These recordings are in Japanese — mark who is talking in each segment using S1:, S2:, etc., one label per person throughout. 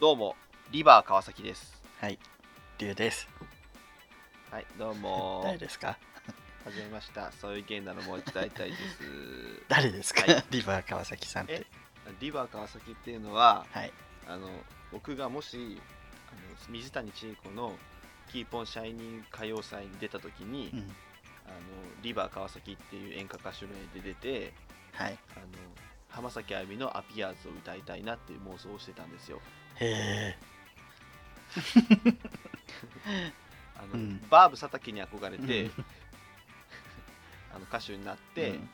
S1: どうも、リバー川崎です。
S2: はい、龍です。
S1: はい、どうも、
S2: 誰ですか
S1: はじめました。そういう芸なのもう一度会いたいです。
S2: 誰ですか、
S1: は
S2: リバー川崎さんって
S1: え。リバー川崎っていうのは、
S2: はい。
S1: あの僕がもしあの水谷千恵子のキーポンシャイニー歌謡祭に出た時に、
S2: うん。
S1: あのリバー川崎っていう演歌歌手名で出て、
S2: はい。
S1: あの浜崎あゆみのアピアーズを歌いたいなっていう妄想をしてたんですよ。
S2: へえ。
S1: あの
S2: うん
S1: バーブ佐竹に憧れて、
S2: うん
S1: あの歌手になって、
S2: うん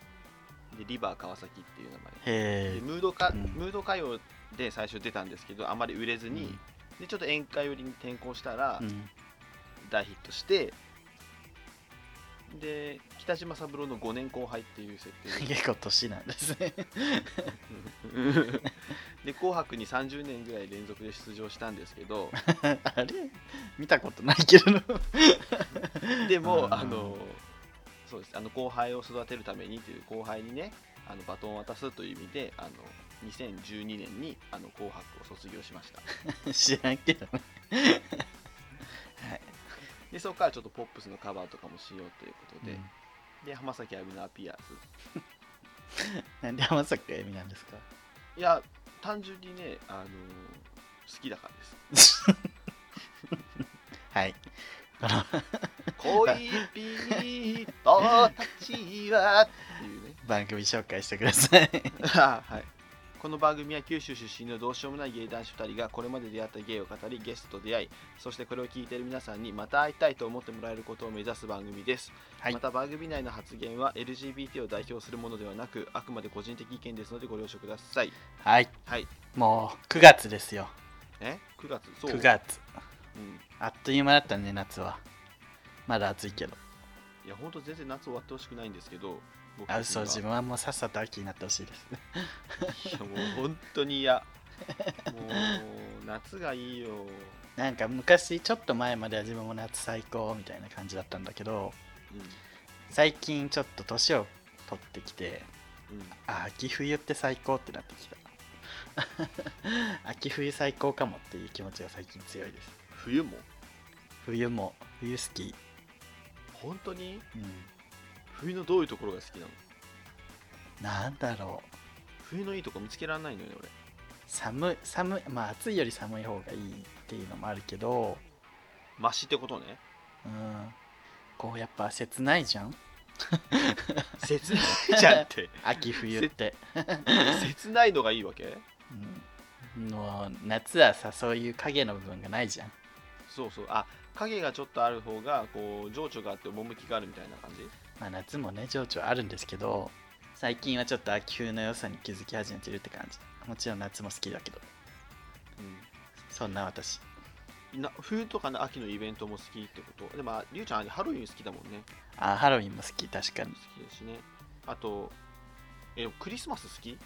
S1: でリバー川崎っていう名前
S2: へ
S1: でムードか、
S2: うん
S1: ムード歌謡で最初出たんですけどあまり売れず
S2: え。
S1: に、でちょっと演歌寄りに転向したら、
S2: うん。
S1: 大ヒットしてで北島三郎の5年後輩っていう設定で
S2: 結構年なんですね。
S1: で紅白に30年ぐらい連続で出場したんですけ ど
S2: あれ見たことないけれど。
S1: でも
S2: うん
S1: あのそうですあの後輩を育てるためにという後輩にねあのバトンを渡すという意味であの2012年にあの紅白を卒業しました
S2: 知らんけどね。はい。
S1: でそこからちょっとポップスのカバーとかもしようということで、
S2: うん
S1: で浜崎あゆみのアピアーズ
S2: なんで浜崎あゆみなんですか
S1: いや単純にね、あの好きだから です
S2: はい。この
S1: 恋人たちはっていうね
S2: 番組紹介してください。
S1: あはいこの番組は九州出身のどうしようもない芸男子2人がこれまで出会った芸を語りゲストと出会いそしてこれを聞いている皆さんにまた会いたいと思ってもらえることを目指す番組です、
S2: はい
S1: また番組内の発言は LGBT を代表するものではなくあくまで個人的意見ですのでご了承ください
S2: はい。
S1: はい
S2: もう9月ですよ。
S1: え9月そう
S2: 9月。
S1: うん
S2: あっという間だったね、夏は。まだ暑いけど。
S1: いやほんと全然夏終わってほしくないんですけど僕
S2: あ、
S1: たちに
S2: 嘘、
S1: は
S2: 自分はもうさっさと秋になってほしいです ね。
S1: いやもう本当に嫌もう夏がいいよ
S2: なんか昔、ちょっと前までは自分も夏最高みたいな感じだったんだけど、最近ちょっと年を取ってきて、
S1: うんうん
S2: あ、秋冬って最高ってなってきた。 秋冬最高かもっていう気持ちが最近強いです。
S1: 冬も
S2: 冬も、冬好き。
S1: 本当に
S2: うん。
S1: 冬のどういうところが好きなの
S2: なんだろう。
S1: 冬のいいとこ見つけられないのよね俺
S2: 寒い、寒い、まあ暑いより寒い方がいいっていうのもあるけど、
S1: マシってことね
S2: うん。こうやっぱ切ないじゃん
S1: 切ないじゃんって
S2: 秋冬って。
S1: 切ないのがいいわけ
S2: うん、もう夏はさそういう影の部分がないじゃん
S1: そうそうあ影がちょっとある方がこう情緒があって趣があるみたいな感じ
S2: まあ夏もね情緒あるんですけど最近はちょっと秋冬の良さに気づき始めてるって感じもちろん夏も好きだけどそんな私
S1: うんな冬とかの秋のイベントも好きってことでもりゅうちゃんハロウィン好きだもんね
S2: あハロウィンも好き確かに
S1: 好きだしねあとえクリスマス好き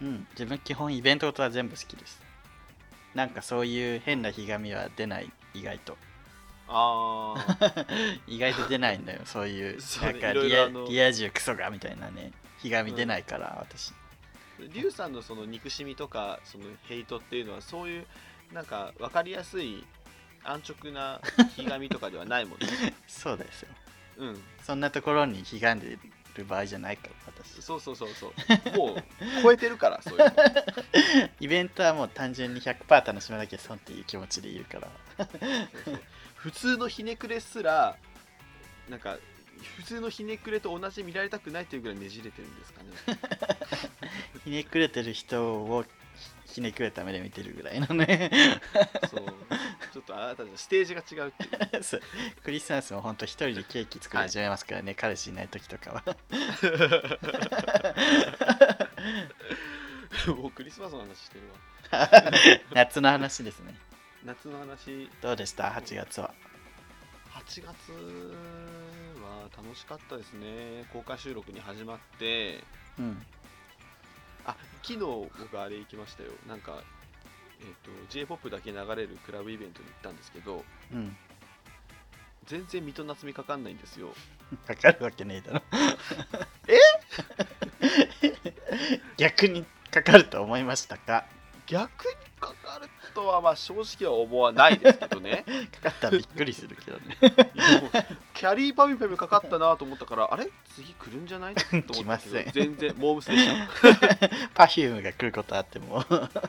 S2: うん自分基本イベントごとは全部好きですなんかそういう変なひがみは出ない意外と
S1: ああ
S2: 意外と出ない んだよそういう
S1: そう
S2: な
S1: ね
S2: んか
S1: いろいろ
S2: リア
S1: あの
S2: リア充クソがみたいなねひがみ出ないから、私
S1: リュウさんのその憎しみとかそのヘイトっていうのはそういうなんか分かりやすい安直なひがみとかではないもんね
S2: そうですよ
S1: うん
S2: そんなところにひがんでる場合じゃないから私
S1: そうそうそうそうもう超えてるからそういうの
S2: イベントはもう単純に100%楽しまなきゃ損っていう気持ちでいるから
S1: 普通のひねくれすらなんか普通のひねくれと同じ見られたくないというぐらいねじれてるんですかね
S2: ひねくれてる人をひひねくれた目で見てるぐらいのね
S1: そうちょっとあなたのステージが違うっていう
S2: そうクリスマスも本当一人でケーキ作り始めますからね、彼氏いない時とかは
S1: もうクリスマスの話してるわ
S2: 夏の話ですね
S1: 夏の話
S2: どうでした8月は
S1: 8月は楽しかったですね公開収録に始まって
S2: うん
S1: あ昨日僕あれ行きましたよなんか、えっと j p o p だけ流れるクラブイベントに行ったんですけど
S2: うん
S1: 全然水戸夏美かかんないんですよ
S2: わかるわけねえだろ え逆にかかると思いましたか
S1: 逆にかかるとはまあ正直は思わないですけど ね
S2: かかったらびっくりするけどね
S1: キャリーパミュパミュかかったなと思ったからあれ次来るんじゃないと思ったけ
S2: 来
S1: ど
S2: ません
S1: 全然モームスでした
S2: Perfume が来ることあって もそっから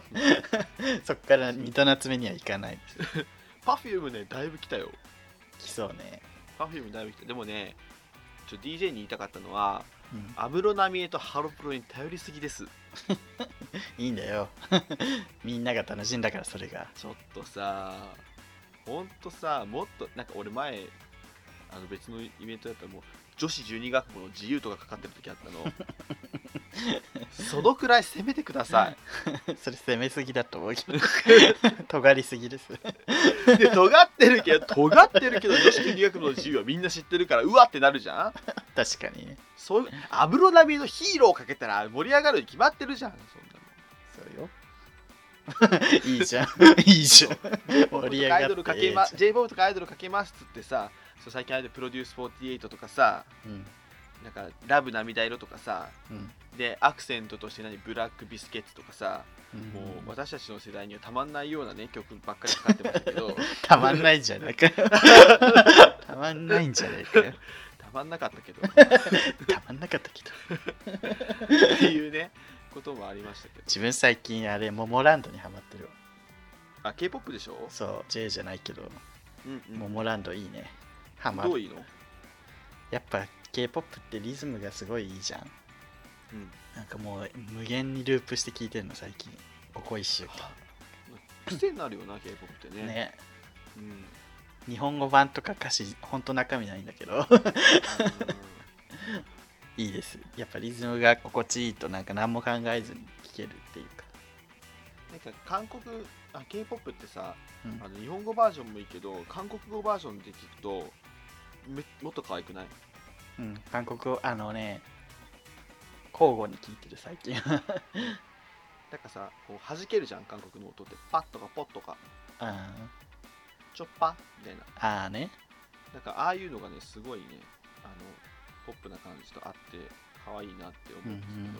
S2: 2度夏目にはいかないです
S1: パフュームねだいぶ来たよ
S2: 来そうね、
S1: パフュームだいぶ来たでもねちょ DJ に言いたかったのは
S2: うん、
S1: 安室奈美恵とハロプロに頼りすぎです
S2: いいんだ よみんなが楽しんだからそれが
S1: ちょっとさほんとさもっとなんか俺前あの別のイベントだったらもう女子12学部の自由とかかかってる時あったの そのくらい攻めてくださ
S2: それ攻めすぎだと思うけ ど尖りすぎです
S1: いで尖ってるけど尖ってるけど女子12学部の自由はみんな知ってるからうわってなるじゃん
S2: 確かにね
S1: そういう安室奈美恵のヒーローかけたら盛り上がるに決まってるじゃんそんなの
S2: そうよいいじゃんいいじゃん盛り上が
S1: アイドル
S2: っ
S1: か
S2: てい
S1: け
S2: い
S1: ま
S2: じ
S1: j p o p とかアイドルかけますっつってさそう最近アイドルプロデュース48とかさ
S2: ゃんうん
S1: なんかラブ涙色とかさ
S2: うん
S1: でアクセントとして何ブラックビスケッツとかさ
S2: うん
S1: もう私たちの世代にはたまんないようなね曲ばっかりかかってましたけ ど
S2: たまんないんじゃない かたまんないんじゃないかよ
S1: たまんなかったけど
S2: たまんなかったけど
S1: っていうねこともありました けど
S2: 自分最近あれモモランドにハマってるわ
S1: あ K-POP でしょ、
S2: そう J じゃないけど
S1: うんうん
S2: モモランドいいねハマ
S1: どう
S2: る
S1: いいの、
S2: やっぱ K-POP ってリズムがすごいいいじゃん
S1: うん
S2: なんかもう無限にループして聴いてるの最近おこいしゅ
S1: 癖になるよな K-POP ってね
S2: ね
S1: うん
S2: 日本語版とか歌詞ほんと中身ないんだけどいいですやっぱリズムが心地いいとなんか何も考えずに聴けるっていうか、
S1: なんか韓国あ K-POP ってさ
S2: うん
S1: あの日本語バージョンもいいけど韓国語バージョンで聞くとめもっと可愛くない
S2: うん、韓国語あのね交互に聴いてる最近
S1: なんかさこう弾けるじゃん韓国の音ってパッとかポッとか
S2: あ
S1: チョッパみたいな
S2: ーあーね
S1: なんかああいうのがねすごいねあのポップな感じとあって可愛いなって思うんですけど、
S2: うんうん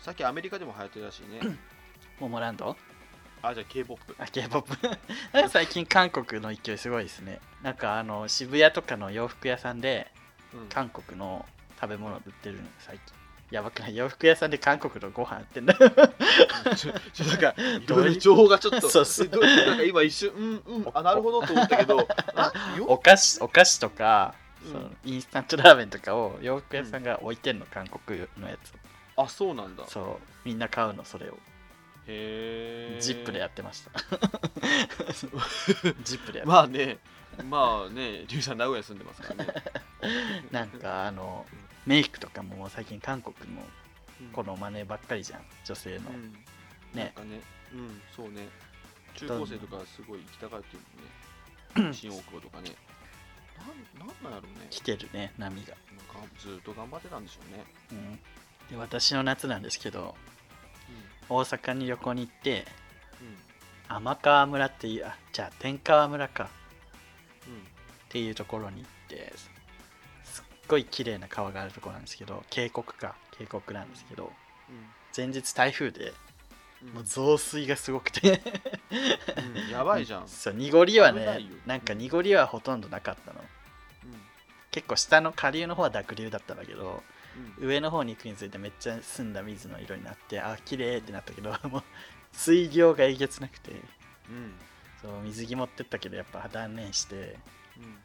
S1: さっきアメリカでも流行ってるらしいね
S2: モモランド
S1: あじゃあ K-POP
S2: あ K-POP なん か最近韓国の勢いすごいですねなんかあの渋谷とかの洋服屋さんで
S1: うん
S2: 韓国の食べ物売ってるの最近やばくない洋服屋さんで韓国のご 飯売ってんだ
S1: ちょちょなんかい
S2: どう
S1: ろ
S2: い
S1: いうろ情報がちょっと
S2: そうそう
S1: どうなんか今一瞬うんうんあなるほどと思ったけ どあよ
S2: お菓子お菓子とか、
S1: うん
S2: そのインスタントラーメンとかを洋服屋さんが置いてんの、韓国のやつを
S1: あそうなんだ
S2: そうみんな買うのそれを
S1: へえ
S2: ジップでやってま したジップでやっ
S1: まあねまあねリュウさん名古屋住んでますからね
S2: なんかあのメイクとかも最近韓国の
S1: うん
S2: この真似ばっかりじゃん女性の、
S1: うん
S2: ね
S1: なんかねうんそうね中高生とかすごい行きたがってる もんね新大久保とかねなんなんなんやろうね
S2: 来てるね波が、
S1: なんかずっと頑張ってたんでしょうね、
S2: うんで私の夏なんですけど大阪に旅行に行って
S1: うん
S2: 天川村っていうあじゃあ天川村か
S1: うん
S2: っていうところに行ってすすっごい綺麗な川があるところなんですけど渓谷か渓谷なんですけど前日台風で
S1: うん
S2: もう増水がすごくて
S1: うんうんやばい じゃん、うん
S2: そう濁りは
S1: 危ない
S2: ね
S1: よ
S2: なんか濁りはほとんどなかったの結構下の下流の方は濁流だったんだけど
S1: うん
S2: 上の方に行くについてめっちゃ澄んだ水の色になってあ綺麗ってなったけど もう水量がえげつなくて
S1: うん
S2: そう水着持ってったけどやっぱ断念して
S1: うん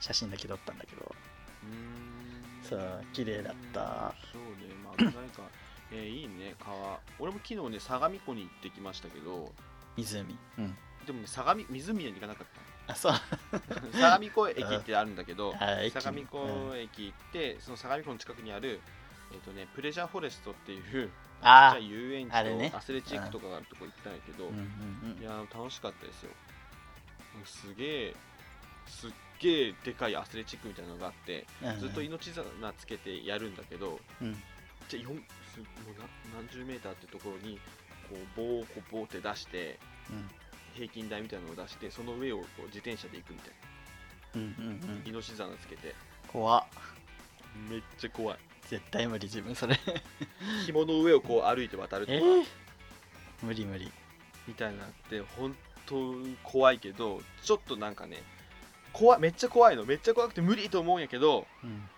S2: 写真だけ撮ったんだけど
S1: うーん
S2: そう綺麗だった
S1: そうねまあ危ない かえーいいね川俺も昨日ね相模湖に行ってきましたけど
S2: 湖うん
S1: でもね相模湖に行かなかった
S2: あそう
S1: 相模湖駅ってあるんだけど
S2: あ駅
S1: 相模湖駅行って、その相模湖の近くにある、えっとね、プレジャーフォレストっていうちっち
S2: あ
S1: ゃい遊園地
S2: あれね
S1: とアスレチックとかがあるとこ行ったんやけど、
S2: うんうん
S1: いやー楽しかったですよすげえすっげえでかいアスレチックみたいなのがあって
S2: うん
S1: ずっと命綱つけてやるんだけど
S2: うん
S1: じゃあ4すもうな何十メーターってところにこう棒をこうボーって出して
S2: うん
S1: 平均台みたいなのを出してその上をこう自転車で行くみたいな
S2: うんうんうん
S1: 命綱つけて
S2: 怖っ
S1: めっちゃ怖い
S2: 絶対無理自分それ
S1: 紐の上をこう歩いて渡ると
S2: え
S1: か、
S2: ー無理無理
S1: みたいなのって本当怖いけどちょっとなんかね怖いめっちゃ怖いのめっちゃ怖くて無理と思うんやけど
S2: うん、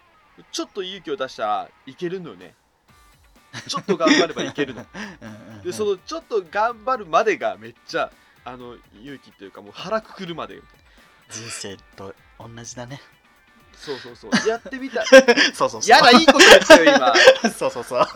S1: ちょっと勇気を出したらいけるのよねちょっと頑張ればいけるの
S2: うんうん
S1: でそのちょっと頑張るまでがめっちゃあの勇気っていうかもう腹くくるまで
S2: 人生と同じだね
S1: そうそうそう やってみた
S2: そうそうそう
S1: やだいいことやったよ今
S2: そうそうそう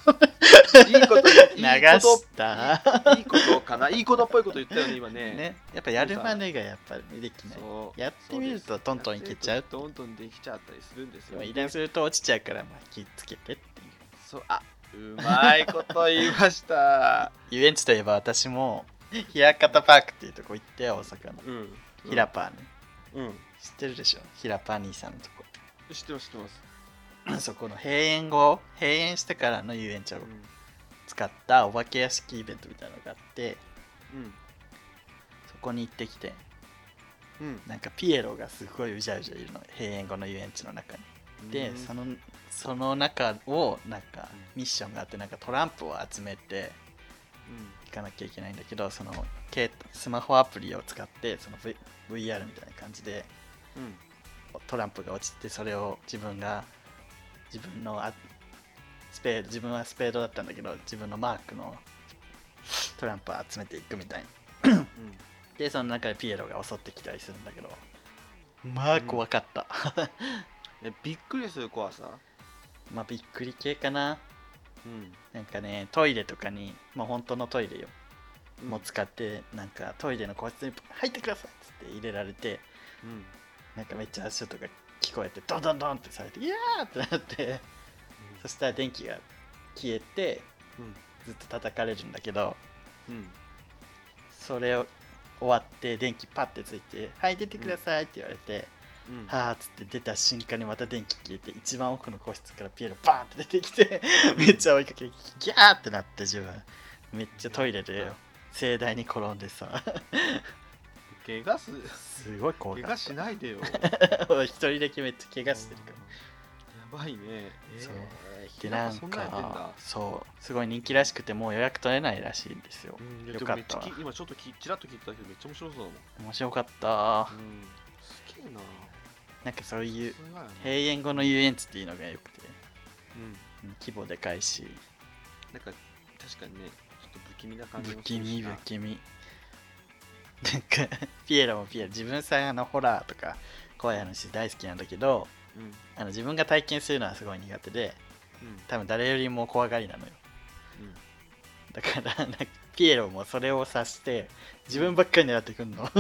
S1: いいこといい
S2: 流
S1: こと
S2: した
S1: いいことかないいことっぽいこと言ったよね今ね
S2: ねやっぱやるまでがやっぱできない
S1: そう
S2: やってみるとトントンいけちゃう
S1: どんどんできちゃったりするんです
S2: で
S1: よ
S2: も
S1: ね
S2: 依頼すると落ちちゃうからまあ気ぃつけてっていう
S1: そうあうまいこと言いま した
S2: 遊園地といえば私も平方パークっていうとこ行って大阪の
S1: うん
S2: 平パーね
S1: うん
S2: 知ってるでしょ平パー兄さんのとこ
S1: 知ってます知ってます
S2: そこの閉園後閉園してからの遊園地を
S1: うん
S2: 使ったお化け屋敷イベントみたいなのがあって
S1: うん
S2: そこに行ってきて
S1: うん
S2: なんかピエロがすごいうじゃうじゃいるの閉園後の遊園地の中にでそのその中をなんかミッションがあってなんかトランプを集めて
S1: うん
S2: 行かなきゃいけないんだけどその携帯スマホアプリを使ってその、v、VR みたいな感じで
S1: うん
S2: トランプが落ちてそれを自分が自分のあスペード自分はスペードだったんだけど自分のマークのトランプを集めていくみたいな
S1: うん
S2: でその中でピエロが襲ってきたりするんだけどまあ怖かった、
S1: えびっくりする怖さ
S2: まあびっくり系かな
S1: うん
S2: なんかねトイレとかにまあ本当のトイレよ
S1: うん
S2: もう使ってなんかトイレの個室に入ってくださいっつって入れられて
S1: うん
S2: なんかめっちゃ足音が聞こえてドンドンドンってされてイヤーってなってそしたら電気が消えて
S1: うん
S2: ずっと叩かれるんだけど
S1: うん
S2: それを終わって電気パッてついて「はい出てください」って言われて
S1: うん
S2: 「はあ」っつって出た瞬間にまた電気消えて一番奥の個室からピエロバーンって出てきてめっちゃ追いかけてギャーってなって自分めっちゃトイレでよ盛大に転んでさ
S1: 怪我す
S2: すごい怖
S1: 怪
S2: か
S1: 我
S2: っ
S1: しないでよ
S2: た一人だけめっちゃ怪我してるから
S1: やばいね
S2: そう
S1: えー
S2: で
S1: 平
S2: な
S1: 場
S2: ん
S1: そんなんやってんだ
S2: かそうすごい人気らしくてもう予約取れないらしいんですよ
S1: うんいや
S2: よ
S1: で
S2: か
S1: も
S2: っ
S1: めっち
S2: た
S1: ゃ
S2: わ
S1: き今ちょっときちらっと聞いてたけどめっちゃ面白そうだもん
S2: 面白かった
S1: うんすげえな
S2: なんかそういう
S1: さすがやな
S2: 閉園後の遊園地っていうのがよくて
S1: うん
S2: うん規模でかいし
S1: なんか確かにねちょっと不気味な感じ
S2: 不
S1: もす
S2: 気
S1: るし
S2: 味
S1: な
S2: 不気味なんか ピエロもピエロ自分さあのホラーとか怖い話大好きなんだけど
S1: うんうん
S2: あの自分が体験するのはすごい苦手で多分誰よりも怖がりなのよ
S1: うん
S2: だから なんかピエロもそれを察して自分ばっかり狙ってくんの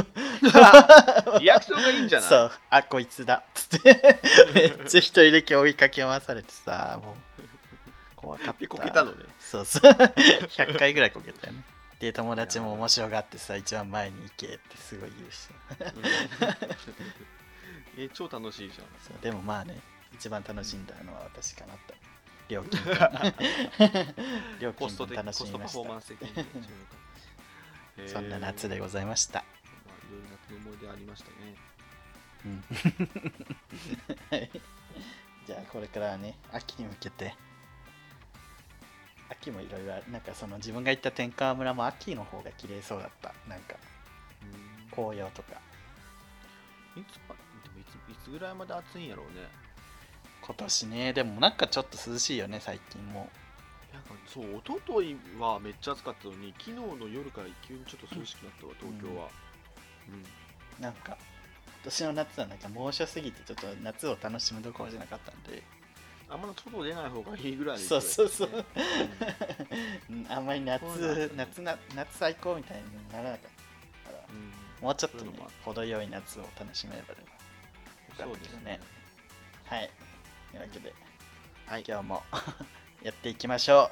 S1: リアクションがいいんじゃない
S2: そうあこいつだっつって めっちゃ一人だけ追いかけ回されてさ もう怖かった
S1: でこけたのね
S2: そうそう100回ぐらいこけたよねで友達も面白がってさ一番前に行けってすごい言うしさ
S1: え超楽しいじゃん
S2: そうでもまあね一番楽しんだのは私かなと料 金分料
S1: コス
S2: 金
S1: ト的
S2: 分楽
S1: コ
S2: し
S1: ス
S2: み
S1: ト
S2: ま
S1: パ
S2: し
S1: フォーマ
S2: た
S1: ンス的にねえー
S2: そんな夏でございました、
S1: まあいろいろ夏の思い出ありましたね
S2: うん、はいじゃあこれからはね秋に向けて秋もいろいろあなんかその自分が行った天川村も秋の方が綺麗そうだったなんか
S1: うん
S2: 紅葉とか
S1: いつまでもいついつぐらいまで暑いんやろうね
S2: 今年ねでもなんかちょっと涼しいよね最近も
S1: なんかそう一昨日はめっちゃ暑かったのに昨日の夜から急にちょっと涼しくなったわ東京はうん
S2: うなんか今年の夏はなんか猛暑すぎてちょっと夏を楽しむどころじゃなかったんで
S1: あんまり外出ない方がいいぐらいの
S2: そうそうそう
S1: 勢いだったね
S2: うんあんまり夏
S1: そうなんだよね
S2: 夏な夏最高みたいにならなかったから
S1: うんうん
S2: もうちょっと、
S1: そうい
S2: ね
S1: うのもあっ、
S2: 程よい夏を楽しめればね
S1: そうですね
S2: はいというわけで、
S1: はい
S2: 今日も やっていきましょ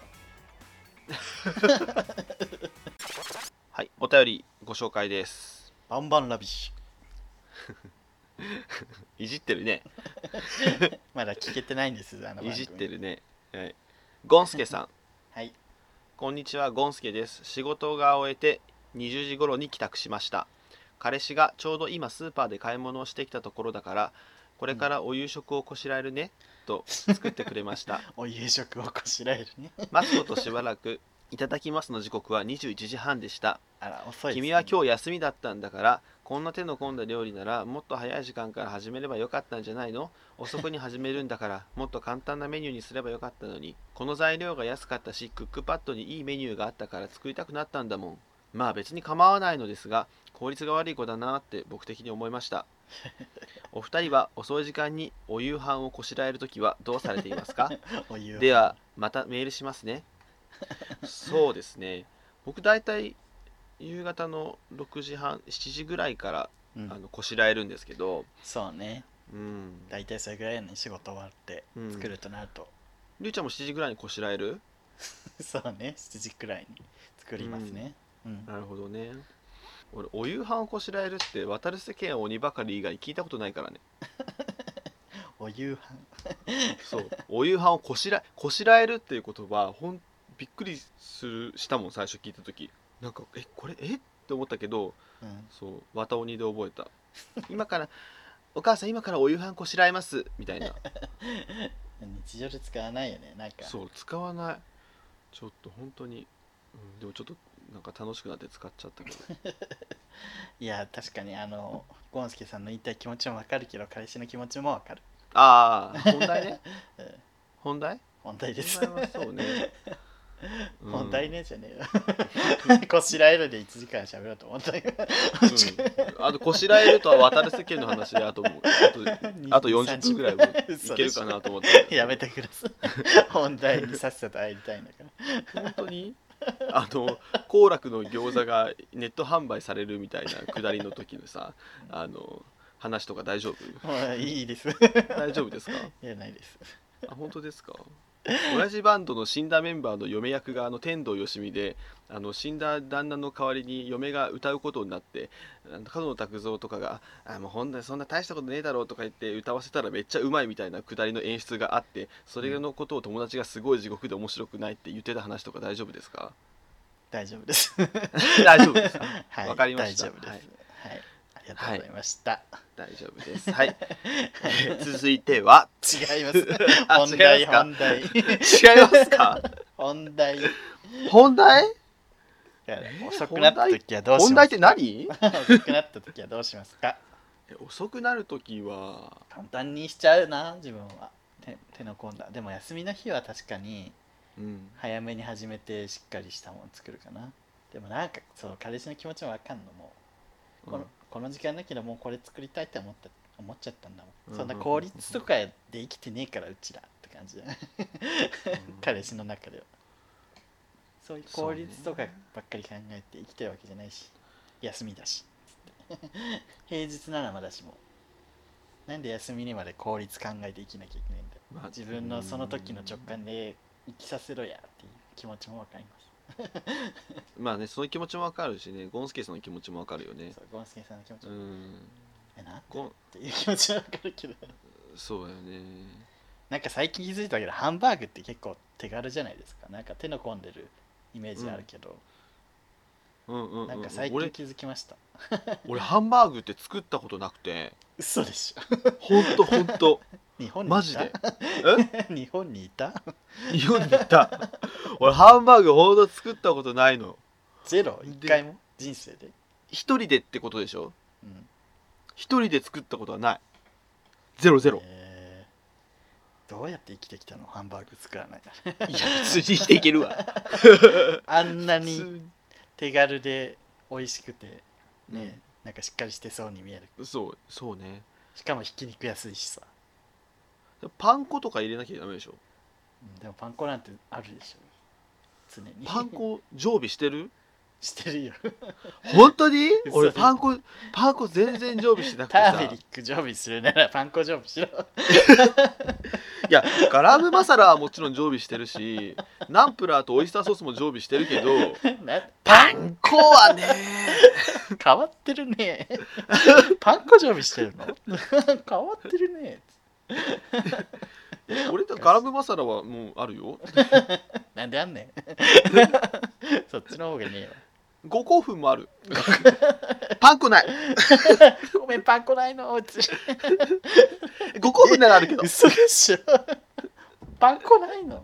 S1: はいお便りご紹介です
S2: うバンバンラビッシ
S1: いじってるね
S2: ュまだ聞けてないんですあの番組
S1: いじってるねはいゴンスケさん
S2: はい
S1: こんにちはゴンスケです仕事が終えて20時頃に帰宅しました彼氏がちょうど今スーパーで買い物をしてきたところだからこれからお夕食をこしらえるねと作ってくれました
S2: お夕食をこしらえるね
S1: 待つことしばらくいただきますの時刻は21時半でした
S2: あら遅いですね、
S1: 君は今日休みだったんだからこんな手の込んだ料理ならもっと早い時間から始めればよかったんじゃないの遅くに始めるんだからもっと簡単なメニューにすればよかったのにこの材料が安かったしクックパッドにいいメニューがあったから作りたくなったんだもんまあ別に構わないのですが効率が悪い子だなって僕的に思いま したお二人は遅い時間にお夕飯をこしらえる時はどうされていますか
S2: お湯を
S1: ではまたメールします ねそうですね僕大体夕方の6時半7時ぐらいから、
S2: うん
S1: あのこしらえるんですけど
S2: そうね
S1: うん
S2: 大体それぐらいの仕事終わって
S1: うん
S2: 作るとなると、
S1: りゅうちゃんも7時ぐらいにこしらえる
S2: そうね7時くらいに作りますね、うん
S1: なるほどね俺お夕飯をこしらえるって渡る世間は鬼ばかり以外聞いたことないからね
S2: お夕飯
S1: そう お夕飯をこしらこしらえるっていう言葉ほんびっくりするしたもん最初聞いた時なんかえこれえって思ったけど
S2: うん
S1: そう綿鬼で覚えた今からお母さん今からお夕飯こしらえますみたい な
S2: 日常で使わないよねなんか
S1: そう使わないちょっと本当に、うん、でもちょっとなんか楽しくなって使っちゃった けど
S2: いや確かにあのゴンスケさんの言いたい気持ちもわかるけど彼氏の気持ちもわかる、
S1: ああ本題ね
S2: うん
S1: 本題
S2: 本題です
S1: 本題は そうね、うん
S2: 問題ねじゃねえよ。 こしらえるで1時間喋ろうと思ったよ。
S1: うんあとこしらえるとは渡る世間の話であともうあとあと40分ぐらいもい けるかなと思って
S2: やめてくだ さい。本題にさっさと会いたいんだから。
S1: 本当にあの幸楽の餃子がネット販売されるみたいなくだりの時のさあの話とか大丈夫
S2: もういいです。
S1: 大丈夫ですか
S2: いやないです。
S1: あ本当ですか同じバンドの死んだメンバーの嫁役があの天童よしみであの死んだ旦那の代わりに嫁が歌うことになってあの角野卓造とかが「あもう本当にそんな大したことねえだろ」とか言って歌わせたらめっちゃうまいみたいなくだりの演出があってそれのことを友達がすごい地獄で面白くないって言ってた話とか大丈夫です か
S2: 大丈夫です。
S1: 大丈夫ですか
S2: はい、
S1: わかりました
S2: 大丈夫です。は
S1: はいい。
S2: ありがとうございました。
S1: 大丈夫ですはい 続いては
S2: 違います。
S1: あ
S2: 本題、
S1: 違いますか
S2: 本題。
S1: 違いますか
S2: 本題。
S1: 本題
S2: だから遅くなった時はどうしま
S1: 本
S2: すか
S1: 題って何
S2: 遅くなった時はどうしますか
S1: え遅くなるときは
S2: 簡単にしちゃうな自分は手手の込んだでも休みの日は確かに
S1: うん
S2: 早めに始めてしっかりしたもの作るかなでもなんかそう彼氏の気持ちもわかんのもうこの,、この時間だけどもうこれ作りたいって思った思っちゃったんだもん、そんな効率とかで生きてねえからうちらって感じだ彼氏の中ではそういう効率とかばっかり考えて生きてるわけじゃないし休みだし 平日ならまだしもなんで休みにまで効率考えて生きなきゃいけないんだ、
S1: まあ
S2: 自分のその時の直感で生きさせろやっていう気持ちもわかります
S1: まあねその気持ちもわかるしねゴンスケさんの気持ちもわかるよね
S2: そうゴンスケさんの気持ち
S1: う
S2: も、
S1: ん
S2: えなっ
S1: ゴン
S2: ていう気持ちはわかるけど
S1: そうだよね
S2: なんか最近気づいたけどハンバーグって結構手軽じゃないですかなんか手の込んでるイメージあるけど、
S1: うんうん,、うん、
S2: なんか最近
S1: 俺
S2: 気づきました
S1: 俺ハンバーグって作ったことなくて
S2: 嘘でしょ
S1: ほんとほんと
S2: 日本にいた
S1: マジで
S2: 日本にいた
S1: 日本に行った俺ハンバーグほんと作ったことないの
S2: ゼロ一回も人生で、
S1: 一人でってことでしょ
S2: うん、
S1: 一人で作ったことはないゼロゼロ
S2: えーどうやって生きてきたのハンバーグ作らない
S1: いや普通にしていけるわ
S2: あんな
S1: 普通
S2: に手軽で美味しくてね、
S1: に
S2: なんかしっかりしてそうに見える
S1: うんそうそうね
S2: しかもひき肉安いしさ、
S1: パン粉とか入れなきゃダメでしょ
S2: うんでもパン粉なんてあるでしょ常に
S1: パ ン
S2: し
S1: 粉常備してる
S2: てるよ
S1: 本当に
S2: 嘘
S1: 俺パン粉パン粉全然常備してなくて
S2: タ
S1: さ
S2: ーメリック常備するなら パン粉常備しろ
S1: いやガラムマサラはもちろん常備してるしナンプラーとオイスターソースも常備してるけど
S2: な
S1: パン粉はね
S2: 変わってるね パン粉常備してるの 変わってるね
S1: 俺とガラムマサラはもうあるよ
S2: なんであん ねんそっちの方がねえよ
S1: 五香粉もあ るパン粉ない
S2: ごめん、パン粉ないの。うち
S1: 五香粉ならあるけどっ
S2: 嘘でしょ。パン粉ないの。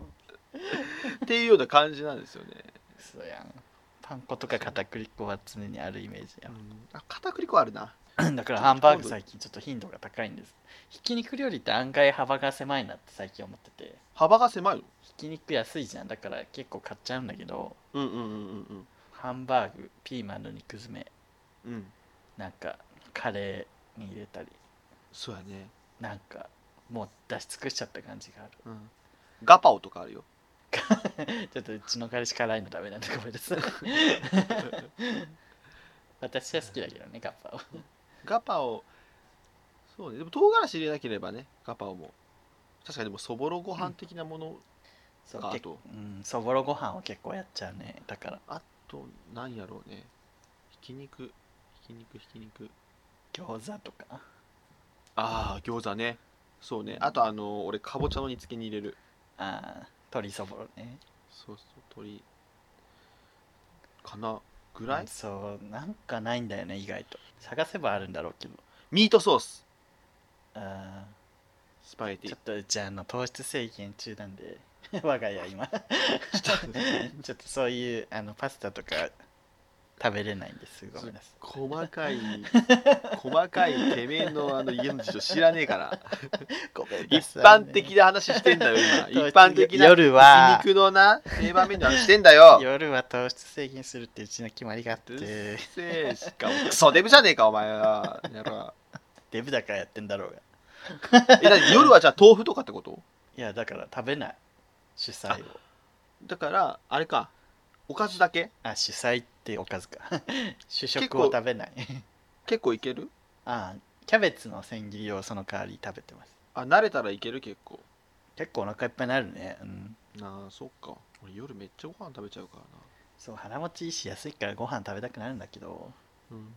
S1: ていうような感じなんですよね
S2: そうやんパン粉とか片栗粉は常にあるイメージや
S1: うんあ片栗粉あるな
S2: だからハンバーグ最近ちょっと頻度が高いんですひき肉料理って案外幅が狭いなって最近思ってて
S1: 幅が狭いの
S2: ひき肉安いじゃんだから結構買っちゃうんだけど
S1: うんうんうんうん
S2: ハンバーグピーマンの肉詰め
S1: うんうん
S2: なんかカレーに入れたり
S1: そうやね
S2: なんかもう出し尽くしちゃった感じがある
S1: うんガパオとか あるよ
S2: ちょっとうちの彼氏辛いのダメなんでごめん なさい私は好きだけどねガッパは
S1: ガパオそうねでも唐辛子入れなければねガパオも確かにでもそぼろご飯的なもの、
S2: そう
S1: あ
S2: 結
S1: と
S2: 構うんそぼろご飯を結構やっちゃうねだから
S1: あとなんやろうねひき肉ひき肉ひき肉
S2: 餃子とか
S1: ああ餃子ねそうねあとあの俺かぼちゃの煮付けに入れる
S2: あー鶏そぼろね
S1: そうそう鶏かなぐらい、
S2: そうなんかないんだよね意外と探せばあるんだろうけど
S1: ミートソース
S2: あ
S1: スパゲ
S2: ー
S1: ティ
S2: ちょっとうちあの糖質制限中なんで 我が家今 ちょっとそういうあのパスタとか食べれないんですごめんなさい
S1: 細かい細かいてめえのあの家の事情知らねえから
S2: ごめん
S1: 一
S2: なさいね
S1: 般的な話してんだよ今
S2: 糖質
S1: 一般的な
S2: 夜は
S1: ひき肉のな定番メニューの話してんだよ
S2: 夜は糖質制限するってうちの決まりがあっ
S1: う
S2: て
S1: っせえしかもクソデブじゃねえかお前はやろ
S2: デブだからやってんだろうが
S1: え何夜はじゃあ豆腐とかってこと
S2: いやだから食べない主菜を
S1: だからあれかおかずだけ
S2: あ主菜っておかずか 主
S1: 結
S2: 食
S1: 構
S2: を食べない
S1: 結構いける
S2: あキャベツの千切りをその代わり食べてます
S1: あ慣れたらいける結構
S2: 結構お腹いっぱいになるねうん
S1: なあそっか俺夜めっちゃご飯食べちゃうから
S2: そう腹持ちいいし安いからご飯食べたくなるんだけど
S1: な、うん、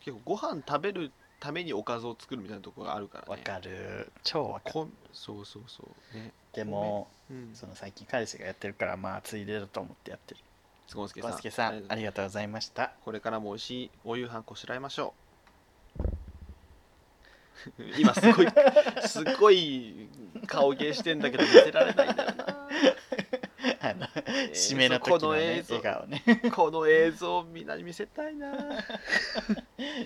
S1: 結構ご飯食べるためにおかずを作るみたいなところがあるから
S2: わ
S1: ね
S2: かる超わかる
S1: こんそうそうそうね
S2: でも
S1: うん
S2: その最近彼氏がやってるからまあついでだと思ってやってる
S1: つごんすけさ
S2: ゴ
S1: ん
S2: ンスケさ
S1: あり
S2: ん
S1: がとう
S2: ありがとうござい ました
S1: これからも美味しいお夕飯こしらえまし ょう今すごいすごい顔芸してんだけど見せられないんだよな
S2: あの
S1: ー
S2: 締めの時
S1: そこ
S2: の
S1: の
S2: ね
S1: 映像
S2: 笑顔ね
S1: この映像みんなに見せたいな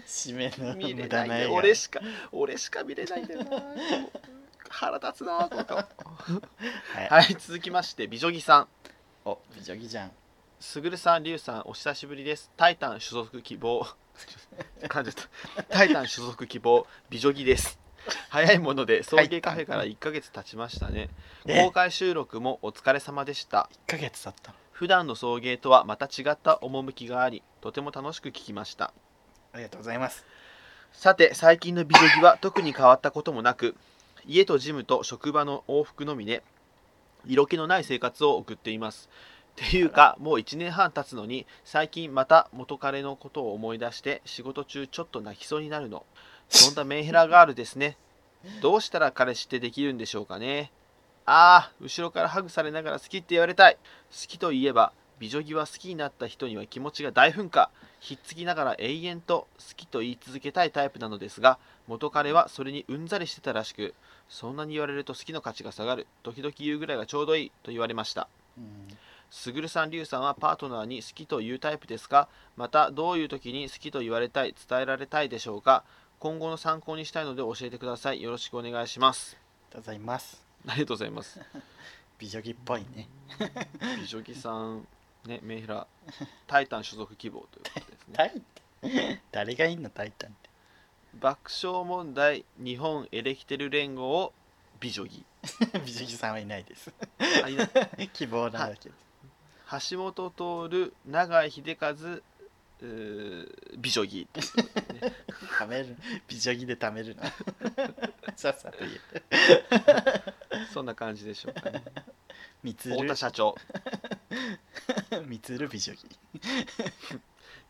S2: 締めの
S1: 見れ
S2: 無
S1: な
S2: 駄
S1: い
S2: な
S1: ね
S2: 笑顔
S1: 俺しか俺しか見れないんだよな 腹立つなこの顔
S2: はい、
S1: はい続きまして美女木さん
S2: おビジョギじゃん
S1: すぐるさん、りゅうさん、お久しぶりです。タイタン所属希望。噛んじゃった。タイタン所属希望、美女木です。早いもので、送迎カフェから1ヶ月経ちましたね。
S2: え
S1: 公開収録もお疲れ様でした。
S2: 1ヶ月経ったの
S1: 普段の送迎とはまた違った趣があり、とても楽しく聞きました。
S2: ありがとうございます
S1: さて、最近の美女木は特に変わったこともなく、家とジムと職場の往復のみで、色気のない生活を送っています。っていうか、もう1年半経つのに、最近また元彼のことを思い出して、仕事中ちょっと泣きそうになるの。そんなメンヘラガールですね。どうしたら彼氏ってできるんでしょうかね。ああ、後ろからハグされながら好きって言われたい。好きといえば、美女木は好きになった人には気持ちが大噴火。ひっつきながら永遠と好きと言い続けたいタイプなのですが元彼はそれにうんざりしてたらしくそんなに言われると好きの価値が下がる時々言うぐらいがちょうどいいと言われました
S2: うん
S1: すぐるさんりゅうさんはパートナーに好きというタイプですかまたどういう時に好きと言われたい伝えられたいでしょうか今後の参考にしたいので教えてくださいよろしくお願いします
S2: ありがとうございます。
S1: ありがとうございます
S2: 美女木っぽいね。
S1: 美女木さんねメンヘラタイタン所属希望ということですね
S2: タイタン誰がいいのタイタンって。
S1: 爆笑問題日本エレキテル連合を美女 木
S2: 美女木さんはいな いです。
S1: あいいな
S2: 希望なだけで
S1: 橋本徹永井秀和うー美女木
S2: す。貯める。美女木で貯めるの。 さっさと言え。
S1: そんな感じでしょうかね
S2: みつ
S1: 太
S2: る
S1: 田。社長
S2: みつる美女木。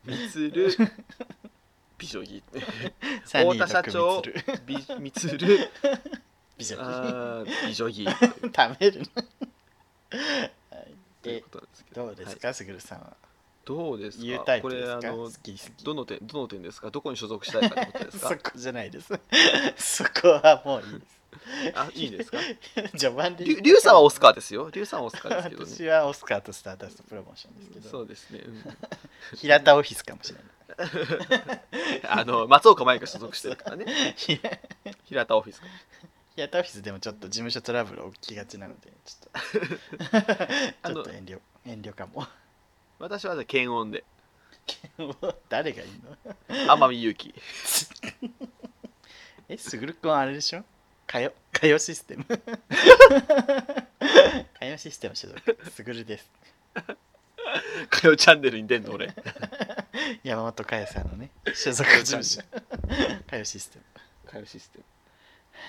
S1: みつる美女 木
S2: サニー
S1: 太田社長
S2: のくみつ
S1: び
S2: る
S1: みつる
S2: 美女
S1: あー美女木
S2: 木。貯めるの。はい
S1: という
S2: で
S1: こ、となんですけど
S2: どうですか、すぐるさんは。
S1: どうですか
S2: 言うタイ
S1: こ
S2: プで
S1: れ
S2: す
S1: あ
S2: か
S1: の
S2: 好き好き
S1: どの点どの点ですかどこに所属したいかってことです
S2: そ
S1: か
S2: こじゃないです そこはもういいです
S1: あいいですか
S2: 序盤で
S1: リュリュウさんはオスカ
S2: ー
S1: ーですよリュウさんはオスカーですけどね
S2: 私はオスカーとスターダストプロモーションですけど
S1: そうですね、うん
S2: 平田オフィスかもしれない
S1: あの松岡舞が所属してるからね
S2: ひら
S1: 平田オフィスか
S2: 平田オフィスでもちょっと事務所トラブル起きがちなのでちょっ
S1: あ
S2: と ちょ
S1: の
S2: っと遠慮遠慮かも
S1: 私はじゃあ検温で
S2: もう誰がいいの
S1: 天海祐希
S2: えすぐるくんあれでしょかよかよシステム かよシステム所属すぐるです
S1: かよチャンネルに出んの俺
S2: 山本かよさんのね所属事務 所かよシステム
S1: かよシステム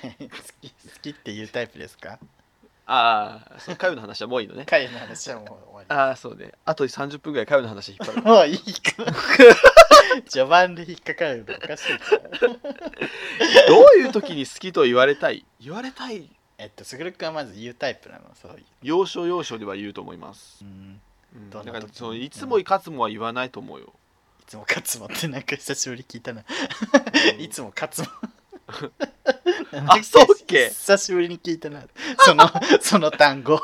S2: はい好き好きっていうタイプですか
S1: ああそのかよの話はもういい のね
S2: かよの話はもう終わ
S1: ああそうねあと30分ぐらいかよの話引っ張る
S2: りもういいか 序盤で引っかかるのおかしいから
S1: どういう時に好きと言われたい言われたい
S2: えっとすぐるくんはまず言うタイプなのそういう
S1: 要所要所では言うと思います
S2: う、ん
S1: うん、
S2: ど
S1: だ
S2: ん
S1: か
S2: な時
S1: らそのいつもいかつもは言わないと思うよ、
S2: いつも勝つもってなんか久しぶり聞いたな。
S1: うん
S2: いつも勝つも。
S1: あそうっけ
S2: 久しぶりに聞いたな。その、その単語。